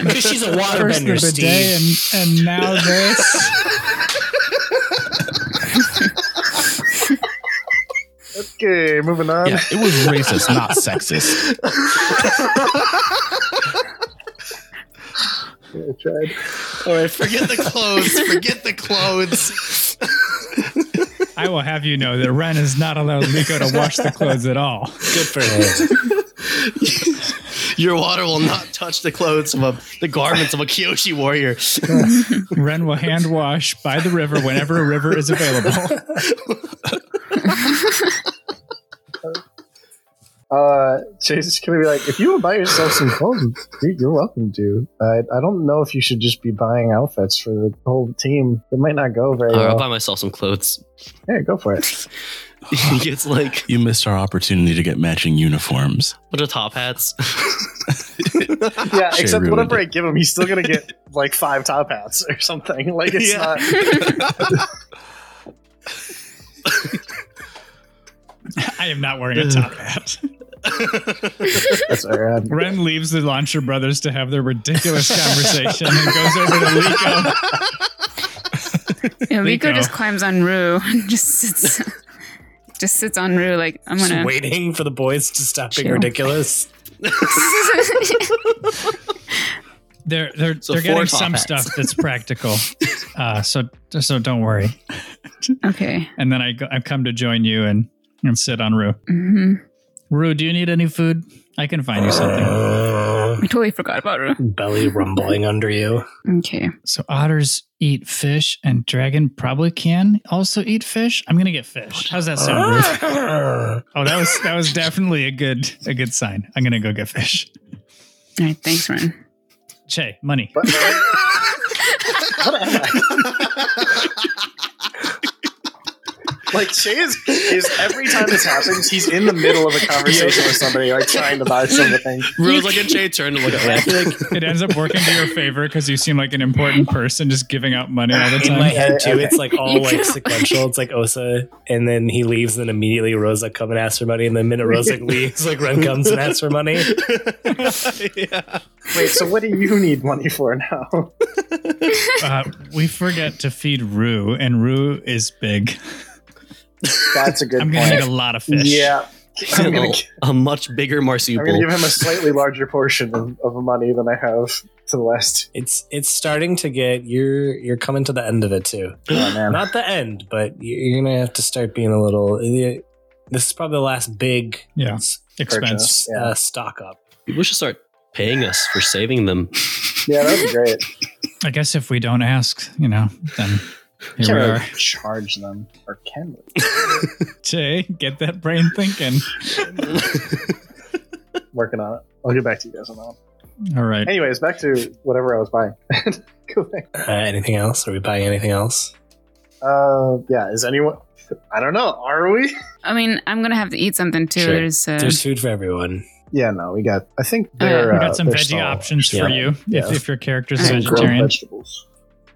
Speaker 3: Because she's a
Speaker 6: First
Speaker 3: waterbender,
Speaker 6: the bidet
Speaker 3: Steve.
Speaker 6: and, and
Speaker 4: *laughs*
Speaker 6: now this.
Speaker 4: Okay, moving on.
Speaker 8: Yeah, it was racist, not sexist.
Speaker 4: I tried.
Speaker 5: All right, forget the clothes. Forget the clothes. *laughs*
Speaker 6: I will have you know that Ren has not allowed Liko to wash the clothes at all.
Speaker 3: Good for him.
Speaker 5: Your water will not touch the clothes of a, the garments of a Kyoshi warrior.
Speaker 6: *laughs* Ren will hand wash by the river whenever a river is available.
Speaker 4: Uh, Chase is gonna be like, if you would buy yourself some clothes, dude, you're welcome to. I, I don't know if you should just be buying outfits for the whole team. It might not go very
Speaker 5: All right, Uh, I'll
Speaker 4: well.
Speaker 5: buy myself some clothes. *laughs*
Speaker 4: Yeah, go for
Speaker 6: *laughs*
Speaker 4: it.
Speaker 5: he gets like
Speaker 8: You missed our opportunity to get matching uniforms.
Speaker 5: a bunch of top *laughs* hats.
Speaker 4: Yeah,
Speaker 8: Sure,
Speaker 4: except
Speaker 8: ruined
Speaker 4: whatever
Speaker 8: it.
Speaker 4: I give him, he's still gonna get like five top hats or something. *laughs* Like it's
Speaker 5: Yeah.
Speaker 4: not.
Speaker 6: I am not wearing a top hat.
Speaker 4: That's all right.
Speaker 6: *laughs* Ren leaves the Launcher Brothers to have their ridiculous conversation and goes over to Liko.
Speaker 7: Yeah, Rico
Speaker 6: Rico.
Speaker 7: just climbs on Rue *laughs* and just sits, *laughs* just sits on Rue like I'm
Speaker 3: Just
Speaker 7: gonna.
Speaker 3: waiting for the boys to stop being
Speaker 7: Chill.
Speaker 3: ridiculous.
Speaker 6: They're they're
Speaker 5: So
Speaker 6: they're
Speaker 5: four
Speaker 6: getting
Speaker 5: top
Speaker 6: some
Speaker 5: hats.
Speaker 6: stuff that's practical. Uh, so so don't worry.
Speaker 7: *laughs* okay.
Speaker 6: And then I go, I come to join you and and sit on Rue.
Speaker 7: hmm
Speaker 6: Rue, do you need any food? I can find you something.
Speaker 5: Uh.
Speaker 7: I totally forgot about Rue.
Speaker 3: Belly rumbling under
Speaker 5: *laughs*
Speaker 3: you.
Speaker 7: Okay.
Speaker 6: So otters eat fish, and dragon probably can also eat fish. I'm gonna get fish. How's that sound,
Speaker 5: *laughs*
Speaker 4: Ah!
Speaker 6: Rue? Oh, that was that was definitely a good a good sign. I'm gonna go get fish.
Speaker 7: All right. Thanks, Ren.
Speaker 6: Che, money.
Speaker 4: What, what am I? Like Shay is, is every time this happens, he's in the middle of a conversation with somebody, like trying to buy something.
Speaker 5: Rose like a Jay turn to look *laughs* at me.
Speaker 6: it ends up working to your favor because you seem like an important person just giving out money all the
Speaker 3: In
Speaker 6: time.
Speaker 3: my
Speaker 6: *laughs*
Speaker 3: head too,
Speaker 4: Okay.
Speaker 3: it's like all like sequential. It's like Osa, and then he leaves, and then immediately Rosa come and asks for money, and the minute Rosa leaves, like Ren comes and asks for money.
Speaker 5: yeah.
Speaker 4: Wait, so what do you need money for now? *laughs*
Speaker 6: uh, we forget to feed Rue, and Rue is big.
Speaker 4: That's a good
Speaker 6: I'm gonna
Speaker 4: point.
Speaker 6: need a lot of fish.
Speaker 4: Yeah,
Speaker 6: *laughs*
Speaker 4: I'm gonna, gi-
Speaker 5: Oh, a much bigger
Speaker 4: I'm gonna
Speaker 5: marsupial.
Speaker 4: give him a slightly larger portion of, of money than I have to the
Speaker 6: *gasps*
Speaker 4: last.
Speaker 3: It's it's starting to get you're you're coming to the end of it too.
Speaker 4: Oh, man.
Speaker 3: Not the end, but you- you're gonna have to start being a little. This is probably the last big
Speaker 6: Yeah.
Speaker 3: s-
Speaker 6: Expense.
Speaker 4: Purchase. Yeah.
Speaker 3: uh, stock up.
Speaker 5: People should start paying us for saving *laughs* them.
Speaker 4: Yeah, that'd be
Speaker 6: *laughs*
Speaker 4: great.
Speaker 6: I guess if we don't ask, you know, then here
Speaker 4: Can't
Speaker 6: we
Speaker 4: really
Speaker 6: are.
Speaker 4: charge them, or can we?
Speaker 6: Jay, get that brain thinking.
Speaker 4: Working on it. I'll get back to you guys on that. one.
Speaker 6: All right.
Speaker 4: Anyways, back to whatever I was buying. *laughs* Go back.
Speaker 3: Uh, anything else? Are we buying anything else?
Speaker 4: Uh, yeah. Is anyone? I don't know. Are we? *laughs*
Speaker 7: I mean, I'm gonna have to eat something too.
Speaker 3: Sure.
Speaker 7: There's, uh,
Speaker 3: There's food for everyone.
Speaker 4: Yeah. No, we got. I think
Speaker 7: Uh,
Speaker 4: they're.
Speaker 6: We
Speaker 4: uh,
Speaker 6: got some
Speaker 4: they're
Speaker 6: veggie
Speaker 4: solid.
Speaker 6: options for
Speaker 3: Yeah.
Speaker 6: you
Speaker 4: Yeah.
Speaker 6: if, if your character's a
Speaker 7: Some
Speaker 4: Some grilled
Speaker 6: vegetarian.
Speaker 4: vegetables.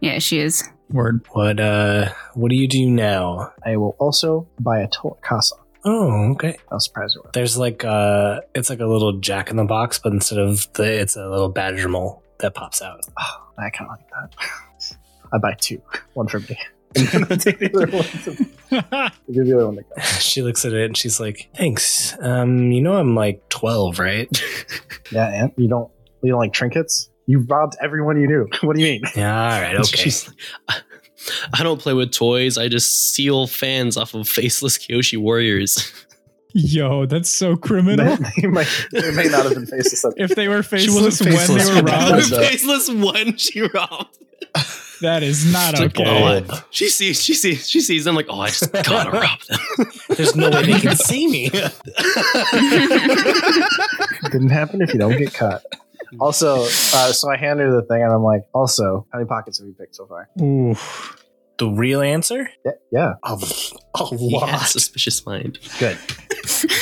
Speaker 7: yeah, she *laughs* is.
Speaker 6: Word. *laughs*
Speaker 3: What uh? What do you do now?
Speaker 4: I will also buy a to- casa.
Speaker 3: Oh, okay.
Speaker 4: I'll surprise her with.
Speaker 3: There's like uh, it's like a little Jack in the Box, but instead of the, it's a little badger mole that pops out. *laughs*
Speaker 4: I kind of like that. *laughs* I buy two, one for me. *laughs* And then I take the other one. To, I give the other one to go.
Speaker 3: she looks at it and she's like, "Thanks. Um, you know I'm like 12,
Speaker 5: *laughs*
Speaker 3: right?
Speaker 4: Yeah, and you don't you don't like trinkets. You robbed everyone you knew. What do you mean?
Speaker 3: yeah. All right. Okay.
Speaker 5: She's like, "I- *laughs* I don't play with toys. I just steal fans off of faceless Kyoshi *laughs* warriors.
Speaker 6: Yo, that's so criminal.
Speaker 4: they, might, they may not have been faceless.
Speaker 6: *laughs*
Speaker 4: At,
Speaker 6: if they were
Speaker 3: She
Speaker 6: faceless,
Speaker 3: wasn't faceless. *laughs*
Speaker 6: when they were
Speaker 5: They were *laughs*
Speaker 6: robbed,
Speaker 4: that.
Speaker 5: faceless when she robbed.
Speaker 6: that is not
Speaker 5: It's like,
Speaker 6: okay.
Speaker 5: oh, I- she sees, she sees, she sees them like, oh, I *laughs* just gotta rob them.
Speaker 3: *laughs* There's no way they
Speaker 5: *laughs*
Speaker 3: can see me.
Speaker 4: didn't happen if you don't get caught. Also, uh, so I hand her the thing and I'm like, also, how many pockets have you picked so far?
Speaker 6: Ooh.
Speaker 3: the real answer?
Speaker 4: Yeah, yeah.
Speaker 3: A, a
Speaker 5: He
Speaker 3: lot.
Speaker 5: had suspicious mind. Oh
Speaker 4: good.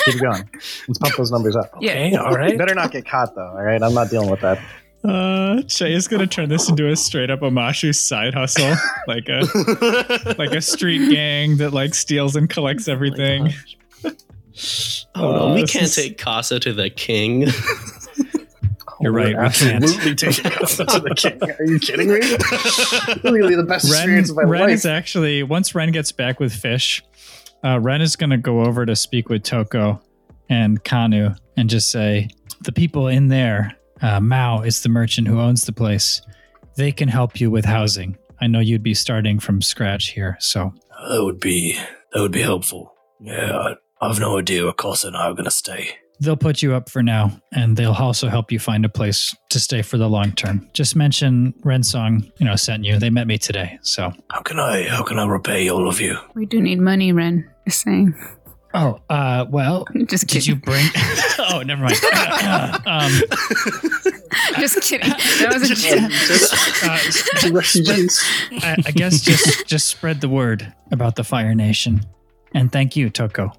Speaker 4: Keep going. Let's pump those numbers up.
Speaker 7: Yeah.
Speaker 3: Okay. All
Speaker 4: You
Speaker 5: *laughs*
Speaker 3: right.
Speaker 4: better not get caught though. All right, I'm not dealing with that.
Speaker 6: Uh, Che is gonna turn this into a straight up Amashu side hustle, *laughs* like a
Speaker 3: *laughs*
Speaker 6: like a street gang that like steals and collects everything.
Speaker 5: Oh, no,
Speaker 6: Uh,
Speaker 5: we
Speaker 6: this
Speaker 5: can't
Speaker 6: is-
Speaker 5: take Casa to the
Speaker 6: *laughs*
Speaker 5: king.
Speaker 6: You're right, we can't.
Speaker 4: Absolutely taking Costa to the king. Are you kidding me? Literally the best
Speaker 6: Ren,
Speaker 4: experience of my
Speaker 6: Ren
Speaker 4: life.
Speaker 6: is actually once Ren gets back with Fish, uh, Ren is gonna go over to speak with Toko and Kanu and just say the people in there. Uh, Mao is the merchant who owns the place. They can help you with housing. I know you'd be starting from scratch here, so
Speaker 3: That would be that would be helpful. Yeah, I've no idea where Costa and I are going to stay.
Speaker 6: They'll put you up for now, and they'll also help you find a place to stay for the long term. Just mention Rensong, you know, sent you. They met me today, so.
Speaker 3: How can I? How can I repay all of you?
Speaker 7: We do need money, Ren. Just saying. *laughs*
Speaker 6: Oh, uh, well,
Speaker 7: Just kidding.
Speaker 6: did you bring? *laughs* oh, never *laughs* mind. um,
Speaker 7: *laughs* just kidding. That
Speaker 5: *laughs*
Speaker 7: was a joke.
Speaker 6: uh, *laughs*
Speaker 4: Refugees.
Speaker 6: I, I guess just just spread the word about the Fire Nation, and thank you, Toko,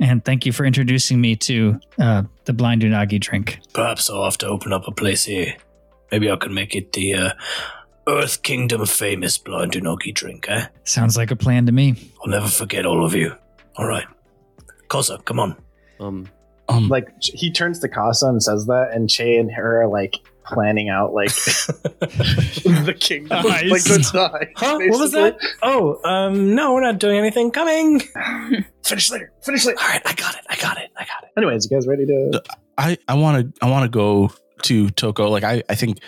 Speaker 6: and thank you for introducing me to uh, the Blind Unagi drink.
Speaker 3: Perhaps I'll have to open up a place here. Maybe I can make it the uh, Earth Kingdom famous blind unagi drink, eh?
Speaker 6: Sounds like a plan to me.
Speaker 3: I'll never forget all of you. All right. Kosa, come on.
Speaker 5: Um,
Speaker 8: Um,
Speaker 4: like he turns to Casa and says that, and Che and her are like planning out like *laughs* the kingdom, *laughs*
Speaker 6: Nice.
Speaker 4: like the die.
Speaker 3: *laughs* Huh? What was that? Oh, um, no, we're not doing anything. Coming.
Speaker 4: Finish later. Finish later.
Speaker 3: All right, I got it. I got it. I got it.
Speaker 4: Anyways, you guys ready to?
Speaker 8: I I want to I want to go to Toko. Like I I think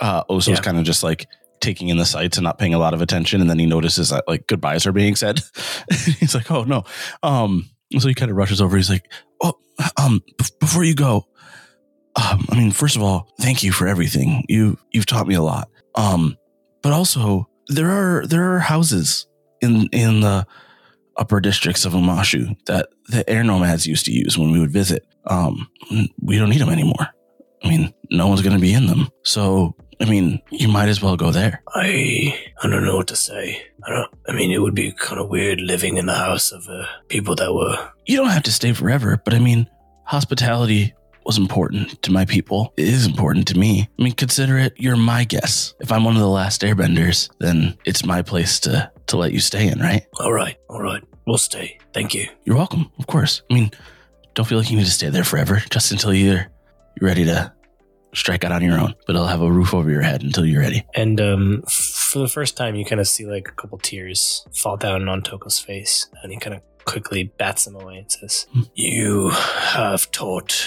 Speaker 8: uh Oso's
Speaker 3: Yeah.
Speaker 8: kind of just like taking in the sights and not paying a lot of attention, and then he notices that like goodbyes are being said. *laughs* he's like, oh no. Um, so he kind of rushes over. He's like, oh, um, b- before you go, um, I mean, first of all, thank you for everything. You you've taught me a lot. Um, but also there are there are houses in in the upper districts of Umashu that the air nomads used to use when we would visit. Um, we don't need them anymore. I mean, no one's going to be in them. So, I mean, you might as well go there.
Speaker 3: I I don't know what to say. I don't. I mean, it would be kind of weird living in the house of uh, people that were.
Speaker 8: You don't have to stay forever, but I mean, hospitality was important to my people. It is important to me. I mean, consider it you're my guest. If I'm one of the last airbenders, then it's my place to to let you stay in, right?
Speaker 3: All right, all right. We'll stay. Thank you.
Speaker 8: You're welcome, of course. I mean, don't feel like you need to stay there forever, just until you're you're ready to strike out on your own. But it'll have a roof over your head until you're ready.
Speaker 3: And um, f- for the first time, you kind of see like a couple tears fall down on Toko's face, and he kind of quickly bats them away and says, "You have taught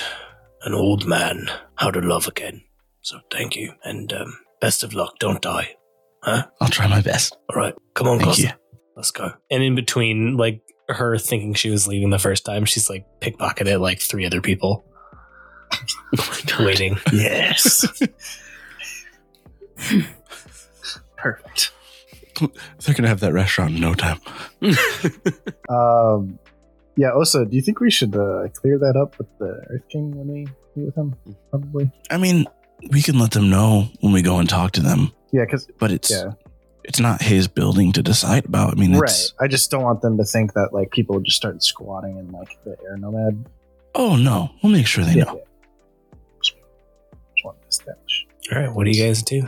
Speaker 3: an old man how to love again. So thank you, and um, best of luck. Don't die.
Speaker 8: I'll try my best.
Speaker 3: All right, come on,
Speaker 8: Thank
Speaker 3: Costa.
Speaker 8: *laughs* you.
Speaker 3: Let's go." And in between, like her thinking she was leaving the first time, she's like pickpocketed like three other people.
Speaker 8: Oh
Speaker 3: Waiting. Yes. *laughs*
Speaker 4: Perfect.
Speaker 8: They're gonna have that restaurant in no time.
Speaker 4: Um, yeah. Also, do you think we should uh, clear that up with the Earth King when we meet with him? Probably.
Speaker 8: I mean, we can let them know when we go and talk to them,
Speaker 4: Yeah, because
Speaker 8: but it's
Speaker 4: yeah,
Speaker 8: it's not his building to decide about. I mean,
Speaker 4: right.
Speaker 8: it's
Speaker 4: I just don't want them to think that like people just start squatting in like the air nomad.
Speaker 8: oh no, we'll make sure they
Speaker 4: Yeah,
Speaker 8: know.
Speaker 4: yeah. Just just want to establish.
Speaker 3: All right, what do you guys do?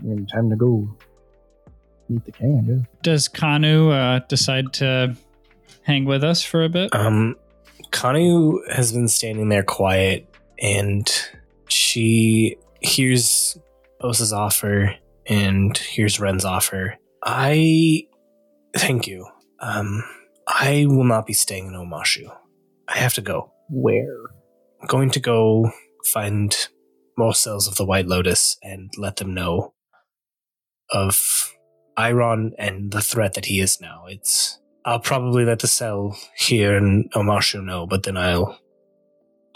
Speaker 4: I mean, time to go meet the king. I guess.
Speaker 6: Does Kanu uh, decide to hang with us for a bit?
Speaker 5: Uh.
Speaker 3: Um, Kanu has been standing there quiet, and she hears Osa's offer and hears Ren's offer. I thank you. Um, I will not be staying in Omashu. I have to go.
Speaker 4: Where?
Speaker 3: I'm going to go find more cells of the White Lotus and let them know of Iron and the threat that he is now. It's I'll probably let the cell here in Omashu know, but then I'll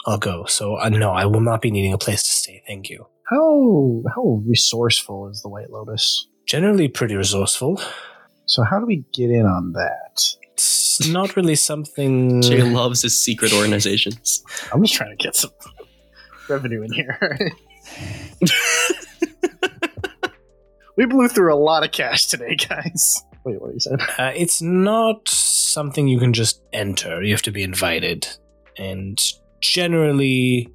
Speaker 3: I'll go. So uh, no, I will not be needing a place to stay. Thank you.
Speaker 4: How how resourceful is the White Lotus?
Speaker 3: Generally pretty resourceful.
Speaker 4: So how do we get in on that?
Speaker 3: It's not really something
Speaker 5: Jay loves his secret organizations.
Speaker 4: I'm just trying to get some revenue in here. *laughs* we blew through a lot of cash today, guys. Wait, what are you saying?
Speaker 3: Uh, it's not something you can just enter. You have to be invited. And generally,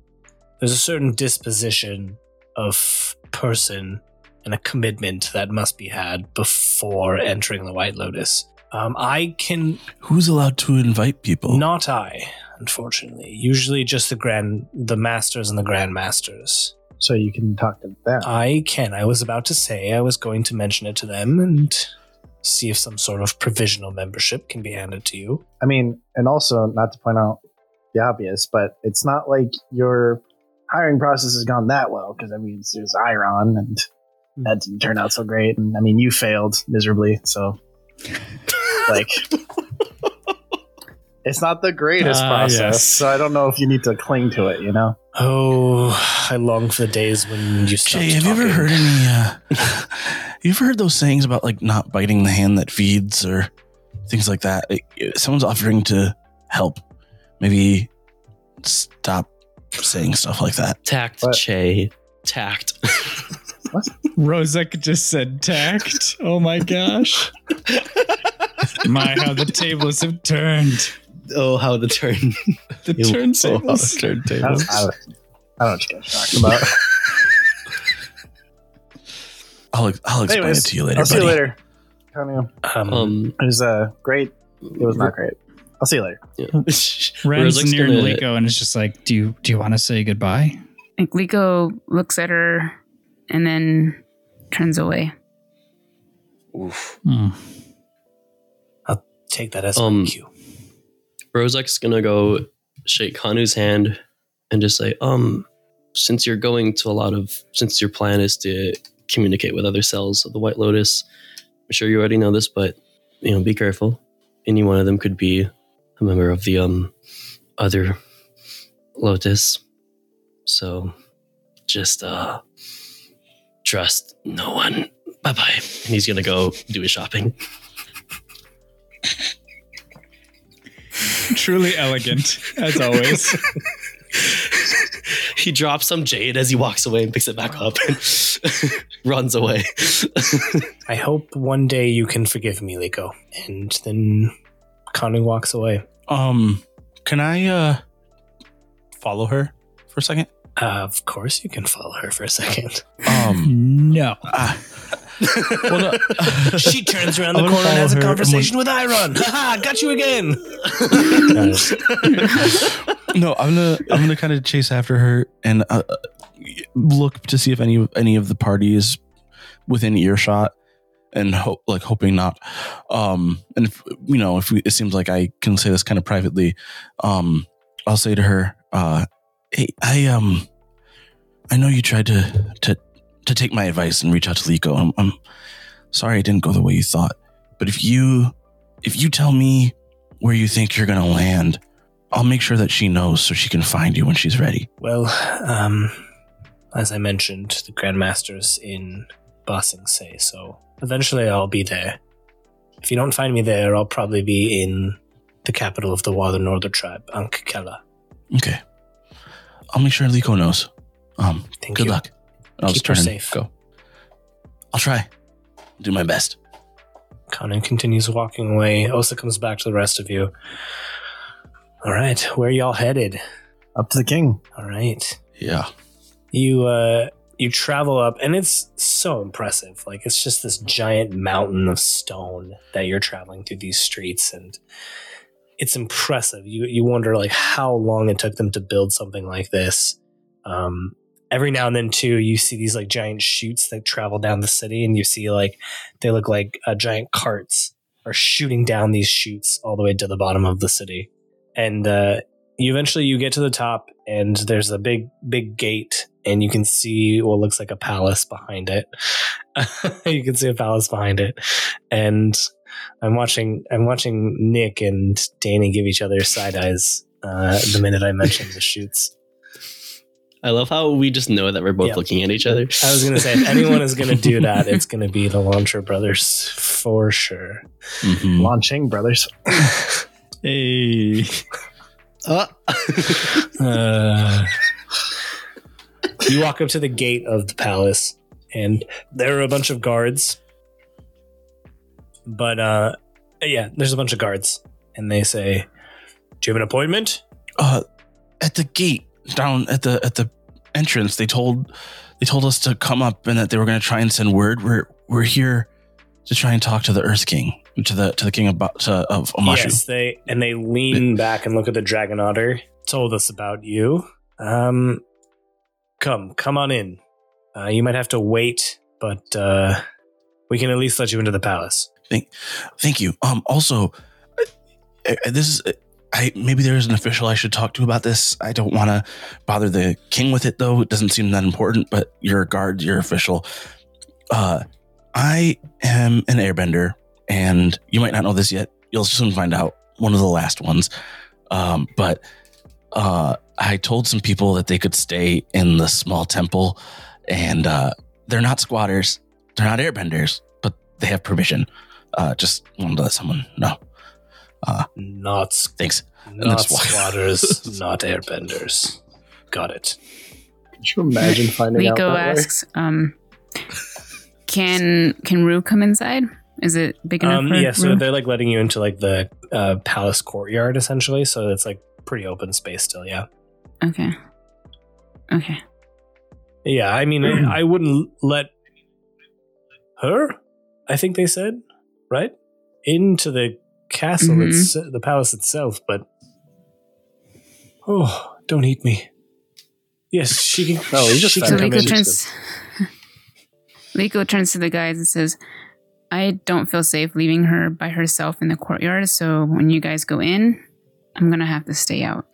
Speaker 3: there's a certain disposition of person and a commitment that must be had before entering the White Lotus. Um, I can
Speaker 8: Who's allowed to invite people?
Speaker 3: not I, unfortunately. Usually, just the grand, the masters and the grandmasters.
Speaker 4: So you can talk to them.
Speaker 3: I can. I was about to say I was going to mention it to them and see if some sort of provisional membership can be handed to you.
Speaker 4: I mean, and also not to point out the obvious, but it's not like your hiring process has gone that well because I mean, there's Iron and
Speaker 8: Hmm.
Speaker 4: that didn't turn out so great, and I mean,
Speaker 8: *laughs*
Speaker 4: you failed miserably, so like. It's not the greatest
Speaker 6: Ah,
Speaker 4: process,
Speaker 6: yes.
Speaker 4: so I don't know if you need to cling to it. You know,
Speaker 3: Oh, I long for the days when you stopped
Speaker 8: Jay, have you ever
Speaker 3: talking.
Speaker 8: heard any? Uh, *laughs* you ever heard those sayings about like not biting the hand that feeds or things like that? It- it- someone's offering to help. Maybe stop saying stuff like that.
Speaker 5: Tact,
Speaker 4: What?
Speaker 5: Che. Tact.
Speaker 6: Rozek just said tact. Oh my
Speaker 5: *laughs*
Speaker 6: gosh. my, how the tables have turned.
Speaker 5: *laughs* oh, how the *laughs* turn. Oh,
Speaker 6: The
Speaker 5: You-
Speaker 6: turntables.
Speaker 4: I
Speaker 5: turntables.
Speaker 4: don't, I don't, I don't know what you're talking about.
Speaker 8: I'll I'll explain
Speaker 4: Anyways,
Speaker 8: it to you later.
Speaker 4: I'll see you
Speaker 8: buddy.
Speaker 4: later. Conio.
Speaker 3: Um,
Speaker 5: Um,
Speaker 4: It was uh, great. It was not great. I'll see you later.
Speaker 5: *laughs* yeah.
Speaker 6: Ren's
Speaker 5: Rozek's
Speaker 6: near
Speaker 5: gonna-
Speaker 6: Nico and it's just like, do you do you want to say goodbye?
Speaker 7: Like Liko looks at her and then turns away.
Speaker 6: Hmm.
Speaker 3: Take that as
Speaker 5: Um,
Speaker 3: a cue.
Speaker 5: Rozek's gonna go shake Hanu's hand and just say, um, since you're going to a lot of, since your plan is to communicate with other cells of the White Lotus, I'm sure you already know this, but you know, be careful. Any one of them could be a member of the um other Lotus. So just uh trust no one. Bye bye. And he's gonna go do his shopping.
Speaker 6: Truly elegant, as always.
Speaker 5: *laughs* he drops some jade as he walks away and picks it back up and *laughs* runs away. *laughs*
Speaker 3: I hope one day you can forgive me, Liko. And then Kanu walks away.
Speaker 8: Um, can I uh follow her for a second?
Speaker 3: Uh, of course, you can follow her for a second.
Speaker 8: Um,
Speaker 3: *laughs*
Speaker 6: No.
Speaker 8: ah. well, no,
Speaker 3: *laughs* she turns around
Speaker 8: the
Speaker 3: the
Speaker 8: I'm gonna
Speaker 3: corner and has a
Speaker 8: follow her. I'm
Speaker 3: conversation
Speaker 8: conversation
Speaker 3: with Iron. Haha, got you again.
Speaker 8: no, I'm gonna I'm gonna kind of chase after her and uh, uh, look to see if any of any of the party is within earshot, and hope like hoping not. Um, and if you know if we, it seems like I can say this kind of privately, um, I'll say to her, uh, "Hey, I um, I know you tried to to to take my advice and reach out to Liko. I'm, I'm sorry it didn't go the way you thought, but if you if you tell me where you think you're gonna land." I'll make sure that she knows so she can find you when she's ready.
Speaker 3: *laughs* Well, um, as I mentioned, the Grandmaster's in Bossing Say, so eventually I'll be there. If you don't find me there, I'll probably be in the capital of the Water Northern tribe, Ankhkela.
Speaker 8: Okay. I'll make sure Liko knows. Um,
Speaker 3: Thank
Speaker 8: good
Speaker 3: you.
Speaker 8: luck. I'll
Speaker 3: Keep her
Speaker 8: turn and
Speaker 3: safe.
Speaker 8: Go. I'll try. Do my best.
Speaker 3: Conan continues walking away. Osa comes back to the rest of you. All right, where y'all headed?
Speaker 4: Up to the king.
Speaker 3: All right.
Speaker 8: Yeah.
Speaker 3: you uh you travel up and it's so impressive like it's just this giant mountain of stone that you're traveling through these streets and it's impressive you you wonder like how long it took them to build something like this um every now and then too you see these like giant shoots that travel down the city and you see like they look like uh, giant carts are shooting down these chutes all the way to the bottom of the city and uh you eventually you get to the top and there's a big big gate and you can see what looks like a palace behind it *laughs* you can see a palace behind it and i'm watching i'm watching nick and danny give each other side eyes uh, the minute i mentioned the shoots
Speaker 5: I love how we just know that we're both
Speaker 3: Yeah.
Speaker 5: looking at each other.
Speaker 3: i was gonna say if anyone is gonna do that it's gonna be the launcher brothers for sure
Speaker 8: Mhm.
Speaker 4: Launching brothers.
Speaker 6: Hey.
Speaker 5: Uh,
Speaker 3: Uh, you walk up to the gate of the palace, and there are a bunch of guards. But uh, yeah, there's a bunch of guards, and they say, "Do you have an appointment?"
Speaker 8: Uh, at the gate down at the at the entrance, they told they told us to come up and that they were going to try and send word. We're we're here to try and talk to the Earth King, to the to the King of Ba- to, of Omashu.
Speaker 3: Yes, they and they lean back and look at the dragon otter. Told us about you. Um, come, come on in. Uh, you might have to wait, but uh, we can at least let you into the palace.
Speaker 8: Thank you. Um. Also, I, I- this is. uh, I maybe there is an official I should talk to about this. I don't want to bother the king with it though. It doesn't seem that important. But you're a guard. You're official. Uh, I am an airbender, and you might not know this yet. You'll soon find out. one of the last ones. Um, but uh, I told some people that they could stay in the small temple, and uh, they're not squatters, they're not airbenders, but they have permission. Uh, just wanted to let someone know.
Speaker 3: Not s-
Speaker 8: Thanks.
Speaker 3: not
Speaker 8: that's why- *laughs*
Speaker 3: squatters, not airbenders. Got it.
Speaker 4: Could you
Speaker 7: *laughs*
Speaker 4: imagine finding out
Speaker 7: Rico
Speaker 4: that way?
Speaker 7: asks, um, "Can can Rue come inside? Is it big enough
Speaker 3: Um,
Speaker 7: for
Speaker 3: yeah, so
Speaker 7: Rue?
Speaker 3: they're like letting you into like the uh, palace courtyard essentially. So it's like pretty open space still. Yeah.
Speaker 7: okay, okay.
Speaker 3: Yeah, I mean, I wouldn't let her. I think they said right into the castle,
Speaker 7: Mhm.
Speaker 3: it's the palace itself. But oh, don't eat me. Yes, she can.
Speaker 4: Oh, you just
Speaker 3: she
Speaker 4: fed
Speaker 7: So
Speaker 4: her.
Speaker 3: come
Speaker 7: Rico
Speaker 4: in.
Speaker 7: turns. *laughs* Rico turns to the guys and says, "I don't feel safe leaving her by herself in the courtyard. So when you guys go in, I'm gonna have to stay out.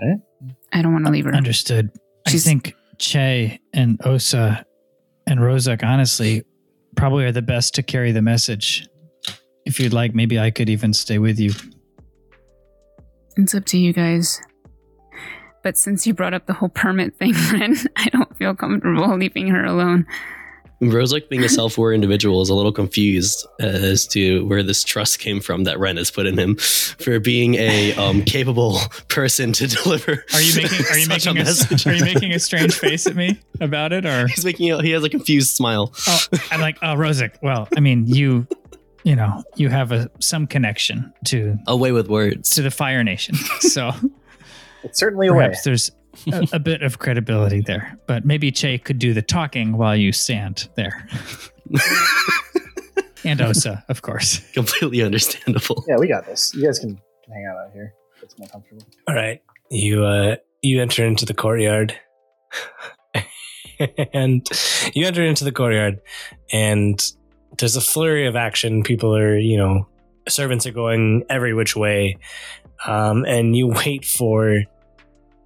Speaker 9: Eh?
Speaker 7: I don't want to leave her.
Speaker 6: Understood.
Speaker 7: She's-
Speaker 6: I think Che and Osa and Rozak, honestly, probably are the best to carry the message. If you'd like, maybe I could even stay with you.
Speaker 7: It's up to you guys." But since you brought up the whole permit *laughs* thing, Ren, I don't feel comfortable *laughs* leaving her alone.
Speaker 5: *laughs* Rose, like being a self-aware individual, is a little confused as to where this trust came from that Ren has put in him for being a um, capable person to *laughs* deliver.
Speaker 6: Are you making *laughs* are
Speaker 5: *laughs*
Speaker 6: you
Speaker 5: such
Speaker 6: making a,
Speaker 5: message.
Speaker 6: are you making a strange face at me about it or
Speaker 5: *laughs* He's making. A, he has a confused smile.
Speaker 6: oh, I'm like, oh Rozak, well, I mean you you know, you have a some connection to
Speaker 5: *laughs* Away with
Speaker 6: *laughs*
Speaker 5: words.
Speaker 6: to the Fire Nation. So
Speaker 4: It's certainly a way.
Speaker 6: perhaps there's a, *laughs* a bit of credibility there. But maybe Che could do the talking while you stand there. and Osa, of course.
Speaker 5: Completely understandable.
Speaker 4: Yeah, we got this. You guys can, can hang out out here. It's more comfortable.
Speaker 3: All right, you uh, you enter into the courtyard, *laughs* and you enter into the courtyard, and there's a flurry of action. People are, you know, servants are going every which way, um, and you wait for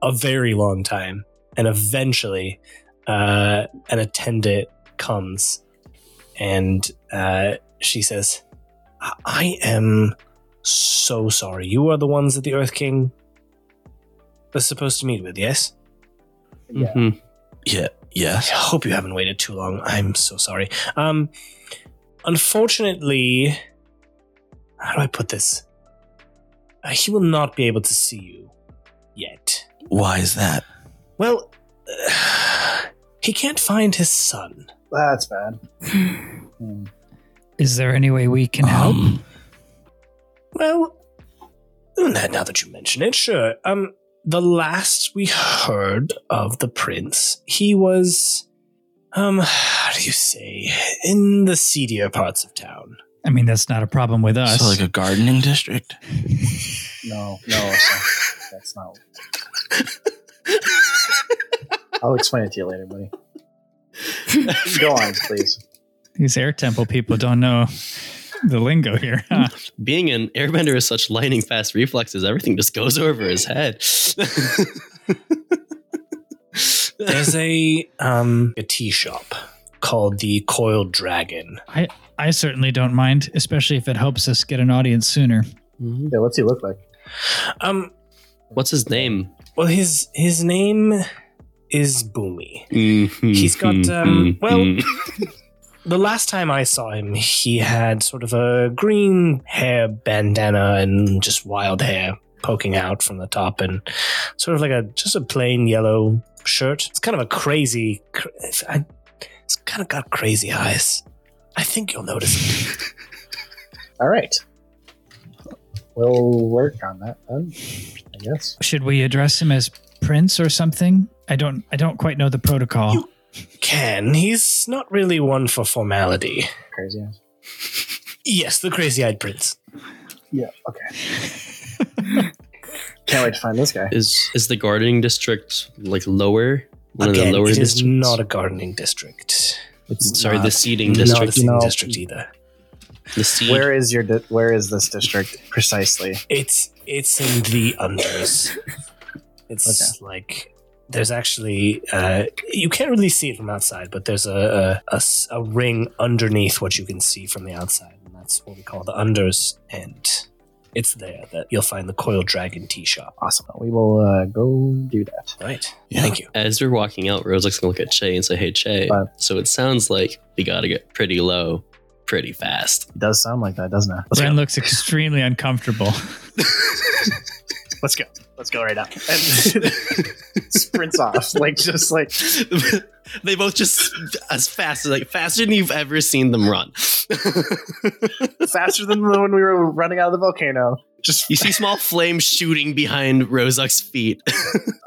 Speaker 3: a very long time, and eventually, uh, an attendant comes, and uh, she says, "I- "I am." So sorry. You are the ones that the Earth King was supposed to meet with, yes?
Speaker 4: Yeah.
Speaker 5: Mhm.
Speaker 8: Yeah.
Speaker 3: I
Speaker 8: Yes.
Speaker 3: hope you haven't waited too long. I'm so sorry. Um unfortunately, how do I put this? Uh, he will not be able to see you yet.
Speaker 8: Why is that?
Speaker 3: Well, uh, he can't find his son.
Speaker 4: That's
Speaker 7: *sighs*
Speaker 4: bad. Hmm.
Speaker 6: Is there any way we can help?
Speaker 8: Um,
Speaker 3: Well, now now that you mention it, sure. Um, the last we heard of the prince, he was, um, how do you say, in the seedier parts of town.
Speaker 6: I mean, that's not a problem with us.
Speaker 8: so like a gardening district.
Speaker 4: No, no, Osa. that's not. I'll explain it to you later,
Speaker 7: *laughs*
Speaker 4: buddy. Go on, please.
Speaker 6: These air temple people don't know the lingo here. *laughs* Huh?
Speaker 5: Being an airbender is such lightning fast reflexes. Everything just goes over
Speaker 3: *laughs*
Speaker 5: his head.
Speaker 3: There's a um a tea shop called the Coiled Dragon.
Speaker 6: I certainly don't mind, especially if it helps us get an audience sooner.
Speaker 4: Yeah, what's he look like?
Speaker 3: Um,
Speaker 5: What's his name?
Speaker 3: well, his his name is Boomy. He's got, um, well- The last time I saw him, he had sort of a green hair bandana and just wild hair poking out from the top, and sort of like a just a plain yellow shirt. It's kind of a crazy. cr- I- It's kind of got crazy eyes. I think you'll notice. it.
Speaker 4: *laughs* All right. We'll work on that then, I guess.
Speaker 6: Should we address him as prince or something? I don't I don't quite know the protocol.
Speaker 3: You- Ken, he's not really one for formality.
Speaker 4: Crazy ass.
Speaker 3: Yes, the crazy-eyed prince.
Speaker 4: Yeah, okay. Can't wait to find this guy.
Speaker 5: *laughs* Is is the gardening district like lower? One
Speaker 3: Again,
Speaker 5: of the lower
Speaker 3: it is
Speaker 5: districts.
Speaker 3: not a gardening district. It's
Speaker 5: Sorry,
Speaker 3: not,
Speaker 5: the seeding
Speaker 3: not a
Speaker 5: district.
Speaker 3: seeding
Speaker 4: No.
Speaker 3: district either.
Speaker 5: The seed.
Speaker 4: Where is your di- where is this district precisely?
Speaker 3: It's it's in the unders. It's like there's actually uh, you can't really see it from outside, but there's a a, a s- a ring underneath what you can see from the outside, and That's what we call the unders, and it's there that you'll find the Coil Dragon Tea Shop.
Speaker 4: Awesome. We will uh, go do that.
Speaker 3: Right.
Speaker 8: Yeah.
Speaker 3: Thank you.
Speaker 5: As we're walking out, Rosalie's gonna look at Che and say, "Hey, Che.
Speaker 4: Right.
Speaker 5: So it sounds like we gotta get pretty low, pretty fast. *laughs*
Speaker 4: It does sound like that, doesn't it?
Speaker 6: Ren looks extremely uncomfortable.
Speaker 4: Let's go. Let's go right now. And sprints off. Like just like
Speaker 5: they both just as fast as like faster than you've ever seen them run. *laughs*
Speaker 4: faster than when we were running out of the volcano. Just
Speaker 5: you see small flames shooting behind Rozak's feet. *laughs*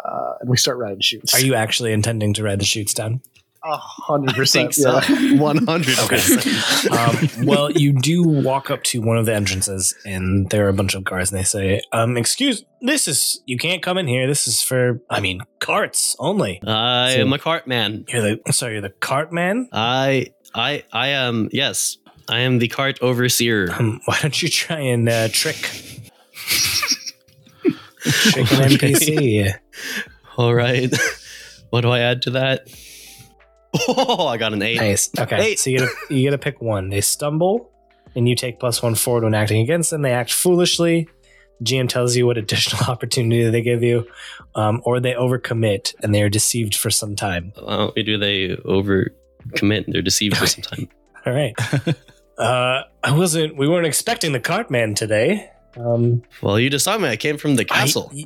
Speaker 4: uh, and we start riding shoots.
Speaker 3: Are you actually intending to ride the chutes down?
Speaker 4: a hundred
Speaker 5: I think
Speaker 4: percent?
Speaker 5: so.
Speaker 4: yeah.
Speaker 5: *laughs* One hundred percent.
Speaker 3: Um, well, you do walk up to one of the entrances, and there are a bunch of guards, and they say, um, "Excuse, this is you can't come in here. This is for, I mean, carts only."
Speaker 5: I
Speaker 3: So-
Speaker 5: am a cart man.
Speaker 3: You're the I'm sorry, you're the cart man.
Speaker 5: I I I am yes. I am the cart overseer.
Speaker 3: Um, *laughs* why don't you try and uh, trick *laughs* trick an
Speaker 5: Okay.
Speaker 3: NPC?
Speaker 5: All right. *laughs* What do I add to that? Oh, I got an eight.
Speaker 3: Nice. Okay.
Speaker 5: Eight.
Speaker 3: So you gotta you gotta pick one. They stumble, and you take plus one forward when acting against them. They act foolishly. GM tells you what additional *laughs* opportunity they give you, um, or they overcommit and they are deceived for some time.
Speaker 5: Well, do they over commit? They're deceived for some time.
Speaker 3: All right. uh, I wasn't. We weren't expecting the cart man today. Um,
Speaker 5: Well, you just saw me. I came from the castle.
Speaker 3: I-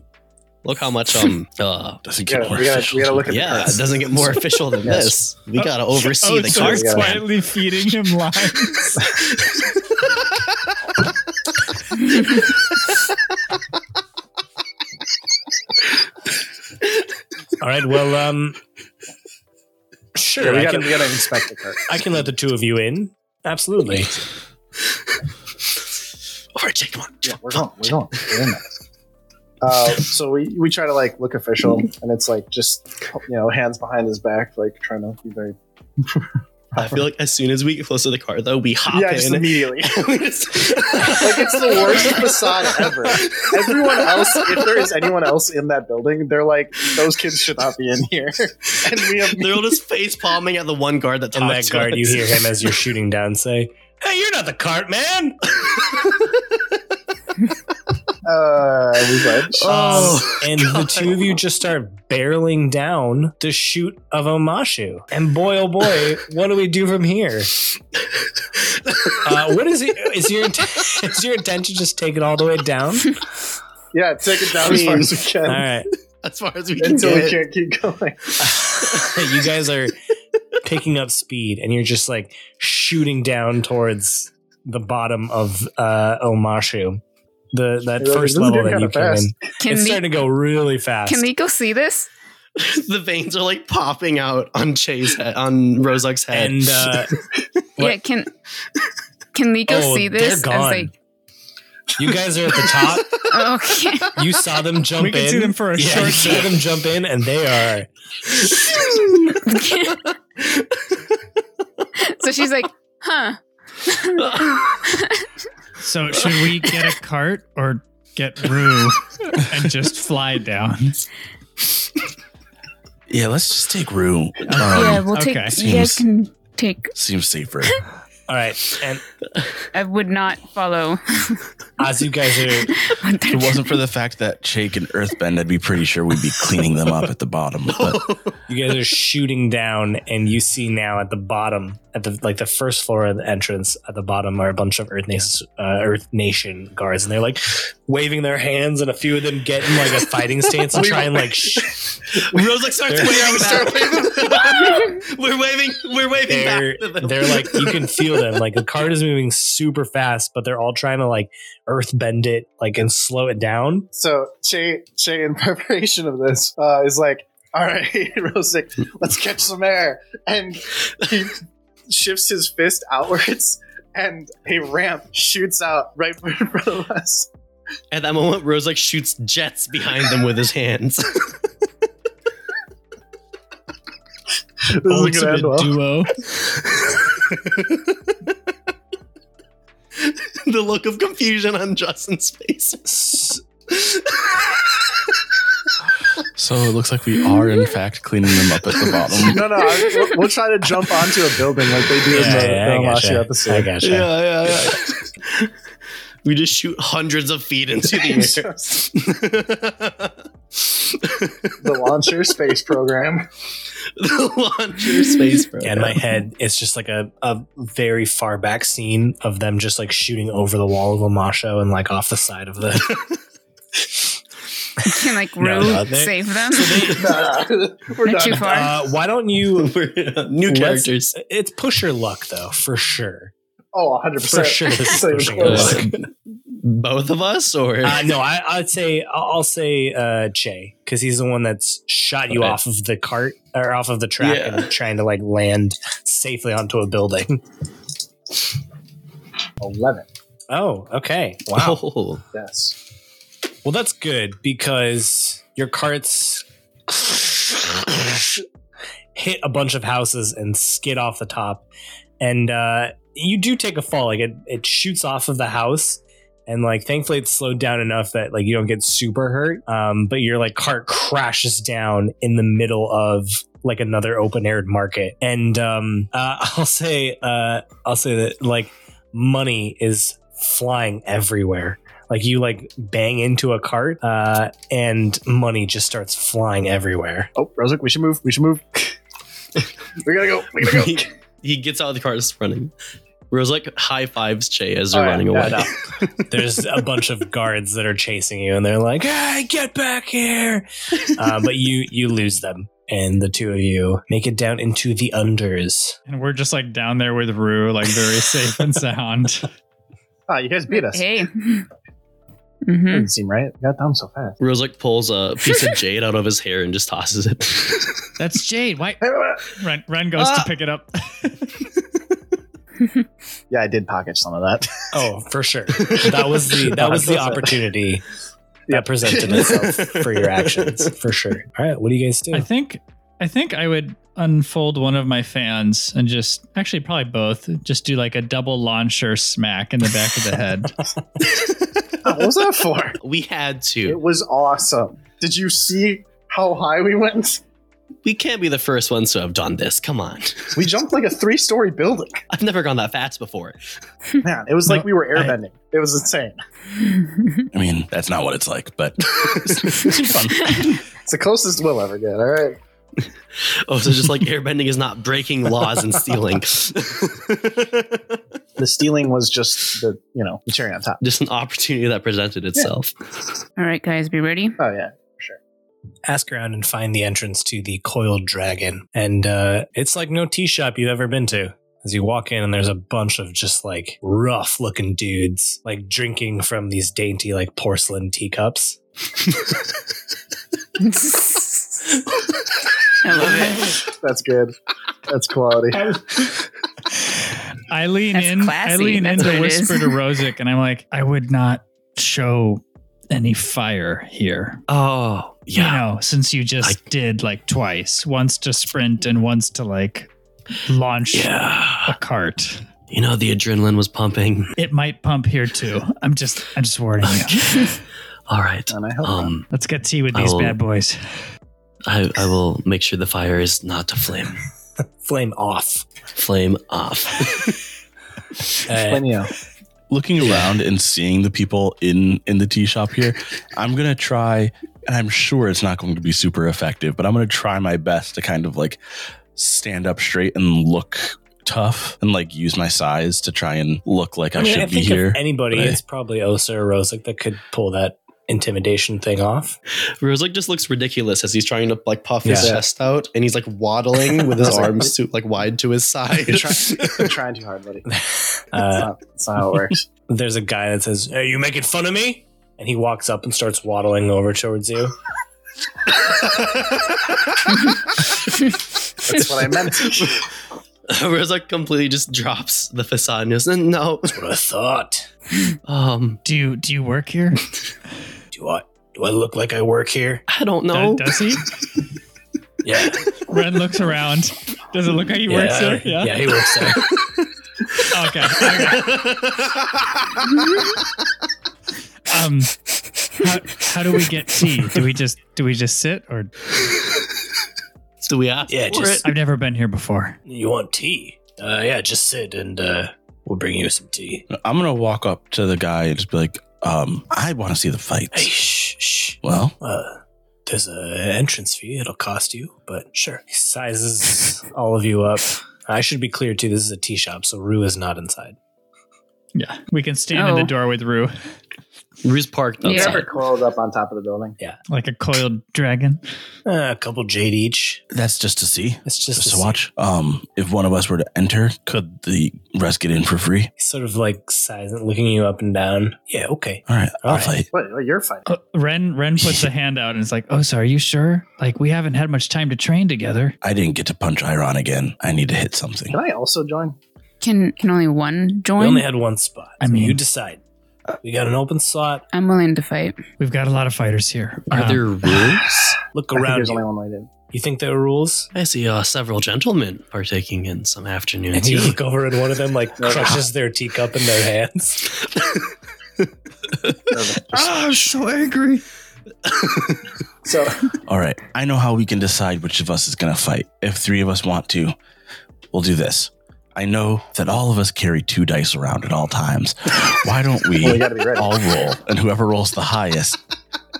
Speaker 5: Look how much um uh
Speaker 8: Doesn't
Speaker 4: We
Speaker 8: get
Speaker 4: gotta,
Speaker 8: more
Speaker 4: we gotta,
Speaker 8: efficient.
Speaker 4: we gotta *laughs* look at
Speaker 5: yeah,
Speaker 4: the
Speaker 5: it doesn't get more official
Speaker 4: *laughs*
Speaker 5: than
Speaker 4: Yes.
Speaker 5: this. We gotta oversee
Speaker 6: oh,
Speaker 5: the
Speaker 6: so
Speaker 5: cart.
Speaker 6: it's
Speaker 4: Yeah.
Speaker 6: quietly feeding him lines.
Speaker 3: all right. Well. Um, sure.
Speaker 4: Yeah, we,
Speaker 3: I
Speaker 4: gotta,
Speaker 3: can-
Speaker 4: we gotta inspect the
Speaker 5: *laughs*
Speaker 4: cart.
Speaker 3: I can let the two of you in. Absolutely.
Speaker 5: All right, Jake, come on.
Speaker 4: Yeah, we're going. We're going. We're in there. Uh, so we, we try to like look official, and it's like just you know hands behind his back, like trying to be very
Speaker 5: I feel like as soon as we get close to the car, though, we hop
Speaker 4: yeah, just
Speaker 5: in.
Speaker 4: immediately.
Speaker 5: We just-
Speaker 4: Like it's the worst facade ever. Everyone else, if there is anyone else in that building, they're like, those kids should not be in here. *laughs* And we have
Speaker 5: They're all just face palming at the one guard that
Speaker 3: And
Speaker 5: talked
Speaker 3: that
Speaker 5: to
Speaker 3: guard,
Speaker 5: us.
Speaker 3: you hear him as you're shooting down say, Hey, you're not the cart man.
Speaker 4: uh, we went. *laughs*
Speaker 5: Oh,
Speaker 3: and the
Speaker 5: God.
Speaker 3: two of you just start barreling down the chute of Omashu. And boy, oh boy, what do we do from here? Uh, what is it? Is your int- *laughs* is your intention just take it all the way down?
Speaker 4: yeah, take it down as far as we
Speaker 3: All
Speaker 4: can
Speaker 3: right,
Speaker 5: *laughs* as far as we can
Speaker 4: until we
Speaker 5: get.
Speaker 4: can't keep going.
Speaker 3: you guys are picking up speed, and you're just like shooting down towards the bottom of uh, Omashu. The that
Speaker 4: Yeah,
Speaker 3: first
Speaker 4: this is
Speaker 3: level
Speaker 4: getting
Speaker 3: that you
Speaker 4: kinda
Speaker 3: came
Speaker 4: fast.
Speaker 3: in.
Speaker 7: Can
Speaker 3: it's
Speaker 7: we
Speaker 3: starting to go really fast.
Speaker 7: can we go see this?
Speaker 5: *laughs* the veins are like popping out on Che's head, on Rozak's
Speaker 4: *laughs*
Speaker 5: head.
Speaker 3: and
Speaker 5: *laughs*
Speaker 3: uh, What?
Speaker 7: Yeah, can can we go
Speaker 3: oh,
Speaker 7: see
Speaker 3: they're
Speaker 7: this?
Speaker 3: gone.
Speaker 7: I
Speaker 3: you guys are at the top.
Speaker 7: was like, okay.
Speaker 3: You saw them jump
Speaker 6: we
Speaker 3: in.
Speaker 6: can see them for a
Speaker 3: yeah, you
Speaker 6: short
Speaker 3: saw them jump in, and they are.
Speaker 7: *laughs* so she's like, huh.
Speaker 6: So should we get a cart or get Rue and just fly down?
Speaker 8: Yeah, let's just take Rue.
Speaker 4: *laughs*
Speaker 8: Um,
Speaker 7: yeah, we'll take.
Speaker 6: okay.
Speaker 7: You guys
Speaker 8: Seems-
Speaker 7: can take.
Speaker 8: Seems safer.
Speaker 3: All right, and
Speaker 7: I would not follow. *laughs*
Speaker 3: as you guys are,
Speaker 7: what they're
Speaker 8: If it wasn't for the fact that Shake and Earthbend, I'd be pretty sure we'd be cleaning them up at the bottom. But
Speaker 3: you guys are shooting down, and you see now at the bottom, at the like the first floor of the entrance, at the bottom are a bunch of Earth Nation, uh, Earth Nation guards, and they're like waving their hands, and a few of them get in like a fighting stance and try and like.
Speaker 6: *laughs*
Speaker 3: Sh-
Speaker 5: Rozak starts
Speaker 3: They're- *laughs*
Speaker 4: *laughs*
Speaker 5: waving back. *laughs* we're waving. We're *laughs* waving
Speaker 3: they're
Speaker 5: back. To them.
Speaker 3: they're like you can feel them like the cart is moving super fast, but they're all trying to like earth bend it like and slow it down.
Speaker 4: So Che, che in preparation of this, uh, is like, all right, *laughs* Rosick, let's catch some air. And he shifts his fist outwards and a ramp shoots out right in front of us.
Speaker 5: *laughs* At that moment, Rozak shoots jets behind them with his hands.
Speaker 4: This isn't gonna end
Speaker 6: Ultimate
Speaker 4: well.
Speaker 6: duo.
Speaker 4: *laughs*
Speaker 5: the look of confusion on Justin's face.
Speaker 8: *laughs* so it looks like we are, in fact, cleaning them up at the bottom. *laughs*
Speaker 4: No, no, I- we'll, we'll try to jump onto a building like they do in the, the
Speaker 3: I
Speaker 4: Amashi
Speaker 3: gotcha. I
Speaker 4: episode.
Speaker 3: gotcha.
Speaker 5: yeah, yeah. We just shoot hundreds of feet into the air.
Speaker 4: The launcher space program.
Speaker 5: the launcher space program.
Speaker 3: *laughs* Yeah, in my head, it's just like a, a very far back scene of them just like shooting over the wall of Lamasho and like off the side of the. *laughs*
Speaker 7: Can like
Speaker 3: No,
Speaker 7: Rue
Speaker 3: no, they-
Speaker 7: save them?
Speaker 4: Nah, we're
Speaker 7: They're too
Speaker 4: done.
Speaker 7: far.
Speaker 3: Uh, why don't you?
Speaker 5: New
Speaker 3: Let's-
Speaker 5: characters.
Speaker 3: It's pusher luck though, for sure.
Speaker 4: Oh, 100%.
Speaker 3: For sure,
Speaker 4: *laughs*
Speaker 3: this is
Speaker 4: Not even
Speaker 3: pushing
Speaker 4: close.
Speaker 3: luck.
Speaker 5: Both of us, or *laughs*
Speaker 3: Uh, no, I, I'd say I'll, I'll say uh, Che because he's the one that's shot you
Speaker 5: Okay.
Speaker 3: off of the cart or off of the track
Speaker 5: Yeah.
Speaker 3: and trying to like land safely onto a building.
Speaker 4: 11.
Speaker 3: Oh, okay, wow.
Speaker 5: wow.
Speaker 4: Yes.
Speaker 3: Well, that's good because your carts hit a bunch of houses and skid off the top, and uh, you do take a fall. Like it, it shoots off of the house, and like thankfully it's slowed down enough that like you don't get super hurt. Um, but your like cart crashes down in the middle of like another open air market, and um, uh, *laughs* I'll say uh, I'll say that like money is flying everywhere like you like bang into a cart uh, and money just starts flying everywhere
Speaker 4: Oh, Rosic, we should move. We should move. *laughs* we gotta go. We gotta
Speaker 5: he,
Speaker 4: go.
Speaker 5: he gets out of the car and is running. Rose like high fives Che as they're
Speaker 4: All right,
Speaker 5: running
Speaker 4: no,
Speaker 5: away.
Speaker 4: no.
Speaker 3: there's a bunch of guards that are chasing you and they're like hey get back here uh, but you you lose them and the two of you make it down into the unders
Speaker 6: And we're just like down there with Rue, like very safe and sound.
Speaker 4: Ah, you guys beat us.
Speaker 7: Hey. hmm
Speaker 4: Didn't seem right. Got down so fast.
Speaker 5: Rose like pulls a piece of jade out of his hair and just
Speaker 3: *laughs*
Speaker 5: tosses it.
Speaker 6: That's Jade. Why? Ren, Ren goes
Speaker 5: Ah.
Speaker 6: to pick it up.
Speaker 4: Yeah, I did pocket some of that. *laughs*
Speaker 3: oh for sure that was the that was the opportunity that presented
Speaker 5: *laughs*
Speaker 3: itself for your actions for sure all right what do you guys do
Speaker 6: I think I think I would unfold one of my fans and just actually probably both just do like a double launcher smack in the back of the head.
Speaker 4: what was
Speaker 3: *laughs*
Speaker 4: that for?
Speaker 5: we had
Speaker 4: It
Speaker 5: to.
Speaker 4: was awesome. Did you see how high we went?
Speaker 5: We can't be the first ones to have done this. Come on.
Speaker 4: We jumped like a three story building.
Speaker 5: I've never gone that fast before.
Speaker 4: Man, it was like
Speaker 6: No,
Speaker 4: we were
Speaker 6: I-
Speaker 4: airbending. it was insane.
Speaker 8: I mean, that's not what it's like, *laughs* but
Speaker 4: It's the closest we'll ever get. All right.
Speaker 5: Oh, so just like airbending is not breaking laws and
Speaker 3: *laughs*
Speaker 5: stealing.
Speaker 4: The stealing was just the, you know, the cherry on top.
Speaker 5: just an opportunity that presented itself.
Speaker 7: All right, guys, be ready.
Speaker 4: Oh, yeah.
Speaker 3: ask around and find the entrance to the coiled dragon. And uh, it's like no tea shop you've ever been to. As you walk in, and there's a bunch of just like rough looking dudes, like drinking from these dainty, like porcelain teacups.
Speaker 7: I love it.
Speaker 4: That's good. That's quality.
Speaker 6: I lean
Speaker 7: That's
Speaker 6: in I
Speaker 7: classy.
Speaker 6: lean
Speaker 7: That's
Speaker 6: in
Speaker 7: what
Speaker 6: to
Speaker 7: it is.
Speaker 6: whisper to Rosic and I'm like, I would not show any fire here.
Speaker 5: Oh,
Speaker 6: You
Speaker 5: yeah.
Speaker 6: know, since you just did like twice. Once to sprint and once to like launch
Speaker 5: Yeah.
Speaker 6: a cart.
Speaker 5: You know, the adrenaline was pumping.
Speaker 6: It might pump here too. I'm just I'm just warning you.
Speaker 5: All right.
Speaker 3: Uh,
Speaker 4: And I hope
Speaker 5: Um,
Speaker 6: *laughs* Let's get tea with
Speaker 5: I
Speaker 6: these
Speaker 5: will-
Speaker 6: bad boys.
Speaker 5: I, I will make sure the fire is not to flame.
Speaker 3: Flame off.
Speaker 5: Flame off. *laughs*
Speaker 3: Uh,
Speaker 4: plenty of
Speaker 8: looking around and seeing the people in in the tea shop here, I'm gonna try, and I'm sure it's not going to be super effective, but I'm gonna try my best to kind of like stand up straight and look tough and like use my size to try and look like I,
Speaker 3: I mean,
Speaker 8: should
Speaker 3: I
Speaker 8: be
Speaker 3: think
Speaker 8: here.
Speaker 3: if anybody,
Speaker 8: but I-
Speaker 3: it's probably Osa or Rosic that could pull that intimidation thing off.
Speaker 5: Rose like just looks ridiculous as he's trying to like puff his
Speaker 3: Yeah.
Speaker 5: chest out and he's like waddling with his arms to, like wide to his side.
Speaker 4: You're trying,
Speaker 5: *laughs*
Speaker 4: you're trying too hard, buddy. That's,
Speaker 3: Uh,
Speaker 4: not, that's not how it works.
Speaker 3: there's a guy that says, "Are you making fun of me?" And he walks up and starts waddling over towards you.
Speaker 4: That's what I meant.
Speaker 5: *laughs* Rose like completely just drops the facade and goes, no.
Speaker 3: That's what I thought.
Speaker 5: Um,
Speaker 6: Do you do you work here?
Speaker 3: Do I do I look like I work here?
Speaker 5: I don't know.
Speaker 6: Does, does he?
Speaker 3: Yeah.
Speaker 6: Ren looks around. Does it look like he works
Speaker 3: yeah,
Speaker 6: here? Yeah.
Speaker 3: yeah, he works
Speaker 6: *laughs*
Speaker 3: there.
Speaker 6: Okay. okay.
Speaker 5: *laughs*
Speaker 6: Um, how, how do we get tea? Do we just do we just sit or?
Speaker 5: Do we ask
Speaker 3: Yeah,
Speaker 5: for
Speaker 3: just-
Speaker 5: it?
Speaker 6: I've never been here before.
Speaker 3: You want tea? Uh, yeah, just sit and uh, We'll bring you some tea.
Speaker 8: I'm gonna walk up to the guy and just be like, um, I want to see the
Speaker 3: Hey,
Speaker 8: fights.
Speaker 3: shh, shh.
Speaker 8: Well,
Speaker 3: Uh, there's a entrance fee. It'll cost you, but sure. He sizes all of you up. I should be clear too. This is a tea shop, so Rue is not inside.
Speaker 6: Yeah, we can stand in the
Speaker 7: Oh.
Speaker 6: door with Rue
Speaker 5: Ruse parked
Speaker 7: Yeah.
Speaker 5: outside.
Speaker 7: Trevor
Speaker 4: coiled up on top of the building.
Speaker 6: like a coiled dragon.
Speaker 3: Uh, a couple jade each.
Speaker 8: that's just to see.
Speaker 3: It's just,
Speaker 8: Just
Speaker 3: a
Speaker 8: to watch. Um, if one of us were to enter, could the rest get in for free?
Speaker 3: He's sort of like sizing, looking you up and down. Yeah, okay.
Speaker 8: All right, I'll
Speaker 3: All right.
Speaker 8: fight.
Speaker 4: What? what, You're fighting.
Speaker 6: Uh, Ren
Speaker 5: *laughs*
Speaker 6: Ren puts a hand out and is like, "Oh, so are you sure? Like we haven't had much time to train together."
Speaker 8: I didn't get to punch Iron again. I need to hit something.
Speaker 4: Can I also join?
Speaker 7: Can can only one
Speaker 3: We
Speaker 7: join?
Speaker 3: only had one spot.
Speaker 6: I
Speaker 3: I
Speaker 6: mean-
Speaker 3: mean, you decide. We got an open slot.
Speaker 7: I'm willing to fight.
Speaker 6: We've got a lot of fighters here.
Speaker 5: Are
Speaker 6: Um,
Speaker 5: there rules?
Speaker 3: Look
Speaker 4: I think
Speaker 3: around.
Speaker 4: there's
Speaker 3: You.
Speaker 4: only one way to.
Speaker 3: you think there are rules?
Speaker 5: *gasps* I see uh, several gentlemen partaking in some afternoon
Speaker 3: And you
Speaker 5: tea.
Speaker 3: look over, and one of them *laughs* like crushes their teacup in their hands. *laughs*
Speaker 5: ah, I'm so angry.
Speaker 4: So
Speaker 8: All right, I know how we can decide which of us is gonna fight. If three of us want to, we'll do this. I know that all of us carry two dice around at
Speaker 4: *laughs*
Speaker 8: all times. Why don't we
Speaker 4: well, you got to be ready.
Speaker 8: all roll, and whoever rolls the highest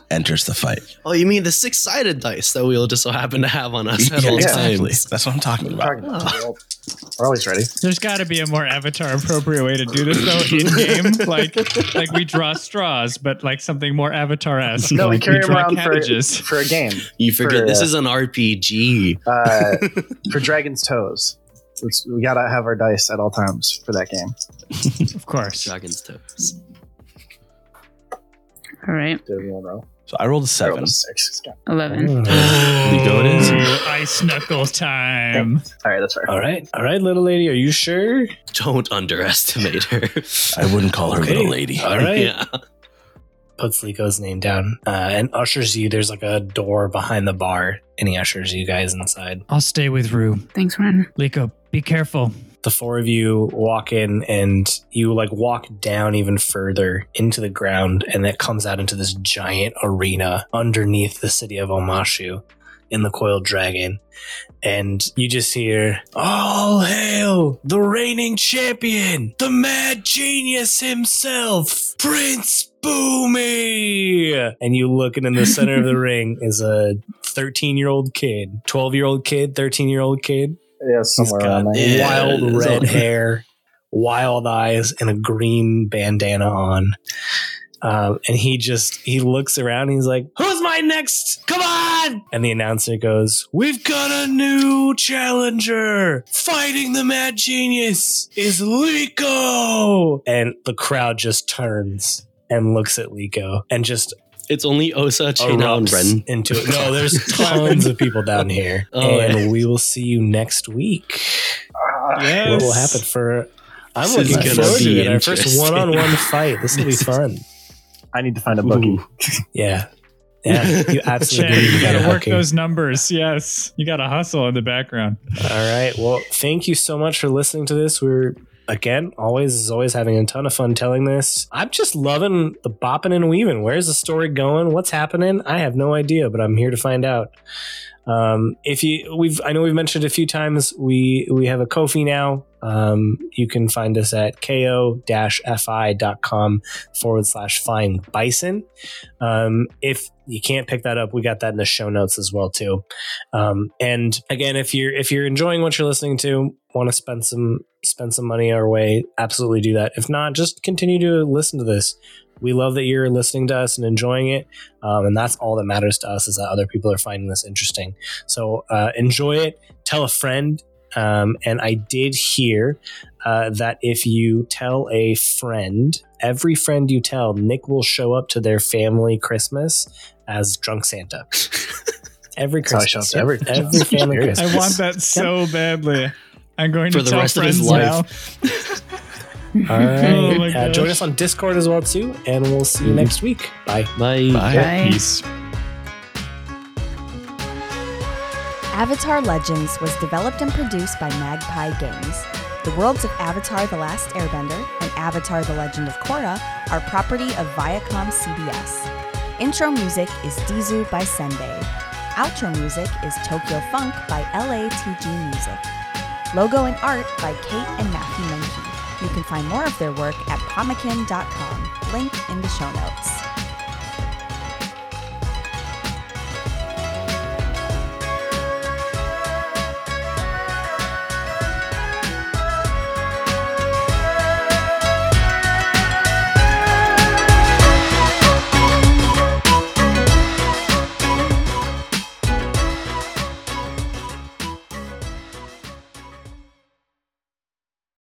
Speaker 8: enters the fight?
Speaker 5: Oh, you mean the six-sided dice that we all just so happen to have on us
Speaker 8: *laughs*
Speaker 5: at all
Speaker 4: Yeah,
Speaker 8: exactly.
Speaker 5: times?
Speaker 8: That's what I'm talking about.
Speaker 4: Talking about the world. We're always ready.
Speaker 6: There's got to be a more avatar appropriate way to do this though in
Speaker 5: *laughs*
Speaker 6: game. Like like we draw straws, but like something more avatar
Speaker 4: *laughs*
Speaker 6: esque.
Speaker 4: No, we
Speaker 6: like
Speaker 4: carry them
Speaker 6: draw
Speaker 4: around for,
Speaker 6: cabbages.
Speaker 4: for a game.
Speaker 5: You forget
Speaker 4: For,
Speaker 5: this
Speaker 4: uh,
Speaker 5: is an RPG.
Speaker 4: Uh, for Dragon's Toes. It's- we got to have our dice at all times for that game.
Speaker 6: *laughs* of course.
Speaker 5: Dragon's tips.
Speaker 7: All right,
Speaker 4: Did everyone roll?
Speaker 8: So I rolled a
Speaker 4: I rolled
Speaker 8: seven.
Speaker 4: a Six. It's got-
Speaker 3: Oh. *sighs*
Speaker 7: eleven.
Speaker 8: go it is.
Speaker 6: Oh, ice knuckle time.
Speaker 4: All right, that's fair.
Speaker 3: All right, all right, little lady, are you sure?
Speaker 5: *gasps* Don't underestimate her.
Speaker 8: I wouldn't call her
Speaker 3: Okay.
Speaker 8: little lady.
Speaker 3: All right.
Speaker 5: Yeah.
Speaker 3: Puts Liko's name down uh, and ushers you. There's like a door behind the bar, and he ushers you guys inside.
Speaker 6: I'll stay with Rue.
Speaker 7: Thanks, Ren.
Speaker 6: Liko, be careful.
Speaker 3: The four of you walk in, and you like walk down even further into the ground, and it comes out into this giant arena underneath the city of Omashu in the Coiled Dragon. And you just hear, All hail the reigning champion, the mad genius himself, Prince Boomy! And you look, and in the center of the ring is a 13 year old kid, 12 year old kid, 13 year old kid.
Speaker 4: Yeah,
Speaker 3: He's
Speaker 4: somewhere
Speaker 3: got
Speaker 4: around there.
Speaker 5: Yeah.
Speaker 3: wild
Speaker 5: it's
Speaker 3: red
Speaker 5: on.
Speaker 3: hair, wild eyes, and a green bandana on. Um, and he just he looks around. And he's like, "Who's my next? Come on!" And the announcer goes, "We've got a new challenger. Fighting the Mad Genius is Liko." And the crowd just turns and looks at Liko and just
Speaker 5: It's only Osa, Chainal, and
Speaker 3: erupts
Speaker 5: Ren.
Speaker 3: into it. No, there's tons of people down here,
Speaker 5: Oh,
Speaker 3: and
Speaker 5: yeah.
Speaker 3: we will see you next week
Speaker 4: Ah,
Speaker 3: what will happen for. I'm
Speaker 5: This is
Speaker 3: looking
Speaker 5: gonna
Speaker 3: forward
Speaker 5: be
Speaker 3: to it. Our first
Speaker 5: interesting.
Speaker 3: one-on-one fight. This will be
Speaker 5: This is-
Speaker 3: fun.
Speaker 4: I need to find a bookie.
Speaker 3: *laughs* Yeah, yeah. You absolutely.
Speaker 6: Chad,
Speaker 3: need to
Speaker 6: you
Speaker 3: get
Speaker 6: gotta
Speaker 3: a
Speaker 6: work
Speaker 3: hooking.
Speaker 6: those numbers. Yes. You gotta hustle in the background.
Speaker 3: All right. Well, thank you so much for listening to this. We're again always as always having a ton of fun telling this. I'm just loving the bopping and weaving. Where's the story going? What's happening? I have no idea, but I'm here to find out. Um, if you we've I know we've mentioned a few times we we have a Kofi now. Um, you can find us at ko-fi.com forward slash flying bison. Um, if you can't pick that up, we got that in the show notes as well too. Um, and again, if you're if you're enjoying what you're listening to, want to spend some spend some money our way, absolutely do that. If not, just continue to listen to this. We love that you're listening to us and enjoying it, um, and that's all that matters to us is that other people are finding this interesting. So uh, enjoy it. Tell a friend. Um, and I did hear uh, that if you tell a friend, every friend you tell, Nick will show up to their family Christmas as drunk
Speaker 4: *laughs*
Speaker 3: Santa. Every
Speaker 4: That's how I show
Speaker 3: Christmas,
Speaker 4: up to
Speaker 3: every,
Speaker 4: everything. *laughs*
Speaker 3: every family
Speaker 4: Period.
Speaker 3: Christmas.
Speaker 6: I want that so badly. I'm going
Speaker 5: For
Speaker 6: to
Speaker 5: the
Speaker 6: tell
Speaker 5: rest of
Speaker 6: friends
Speaker 5: his
Speaker 6: now.
Speaker 3: All
Speaker 6: Oh my
Speaker 3: right. uh,
Speaker 6: gosh.
Speaker 3: join us on Discord as well too, and we'll see
Speaker 4: Mm-hmm.
Speaker 3: you next week. Bye.
Speaker 5: Bye.
Speaker 7: Bye.
Speaker 6: Peace.
Speaker 1: Avatar Legends was developed and produced by Magpie Games. The worlds of Avatar The Last Airbender and Avatar The Legend of Korra are property of Viacom CBS. Intro music is Dizu by Sendai. Outro music is Tokyo Funk by LATG Music. Logo and art by Kate and Matthew Menke. You can find more of their work at pomakin.com, link in the show notes.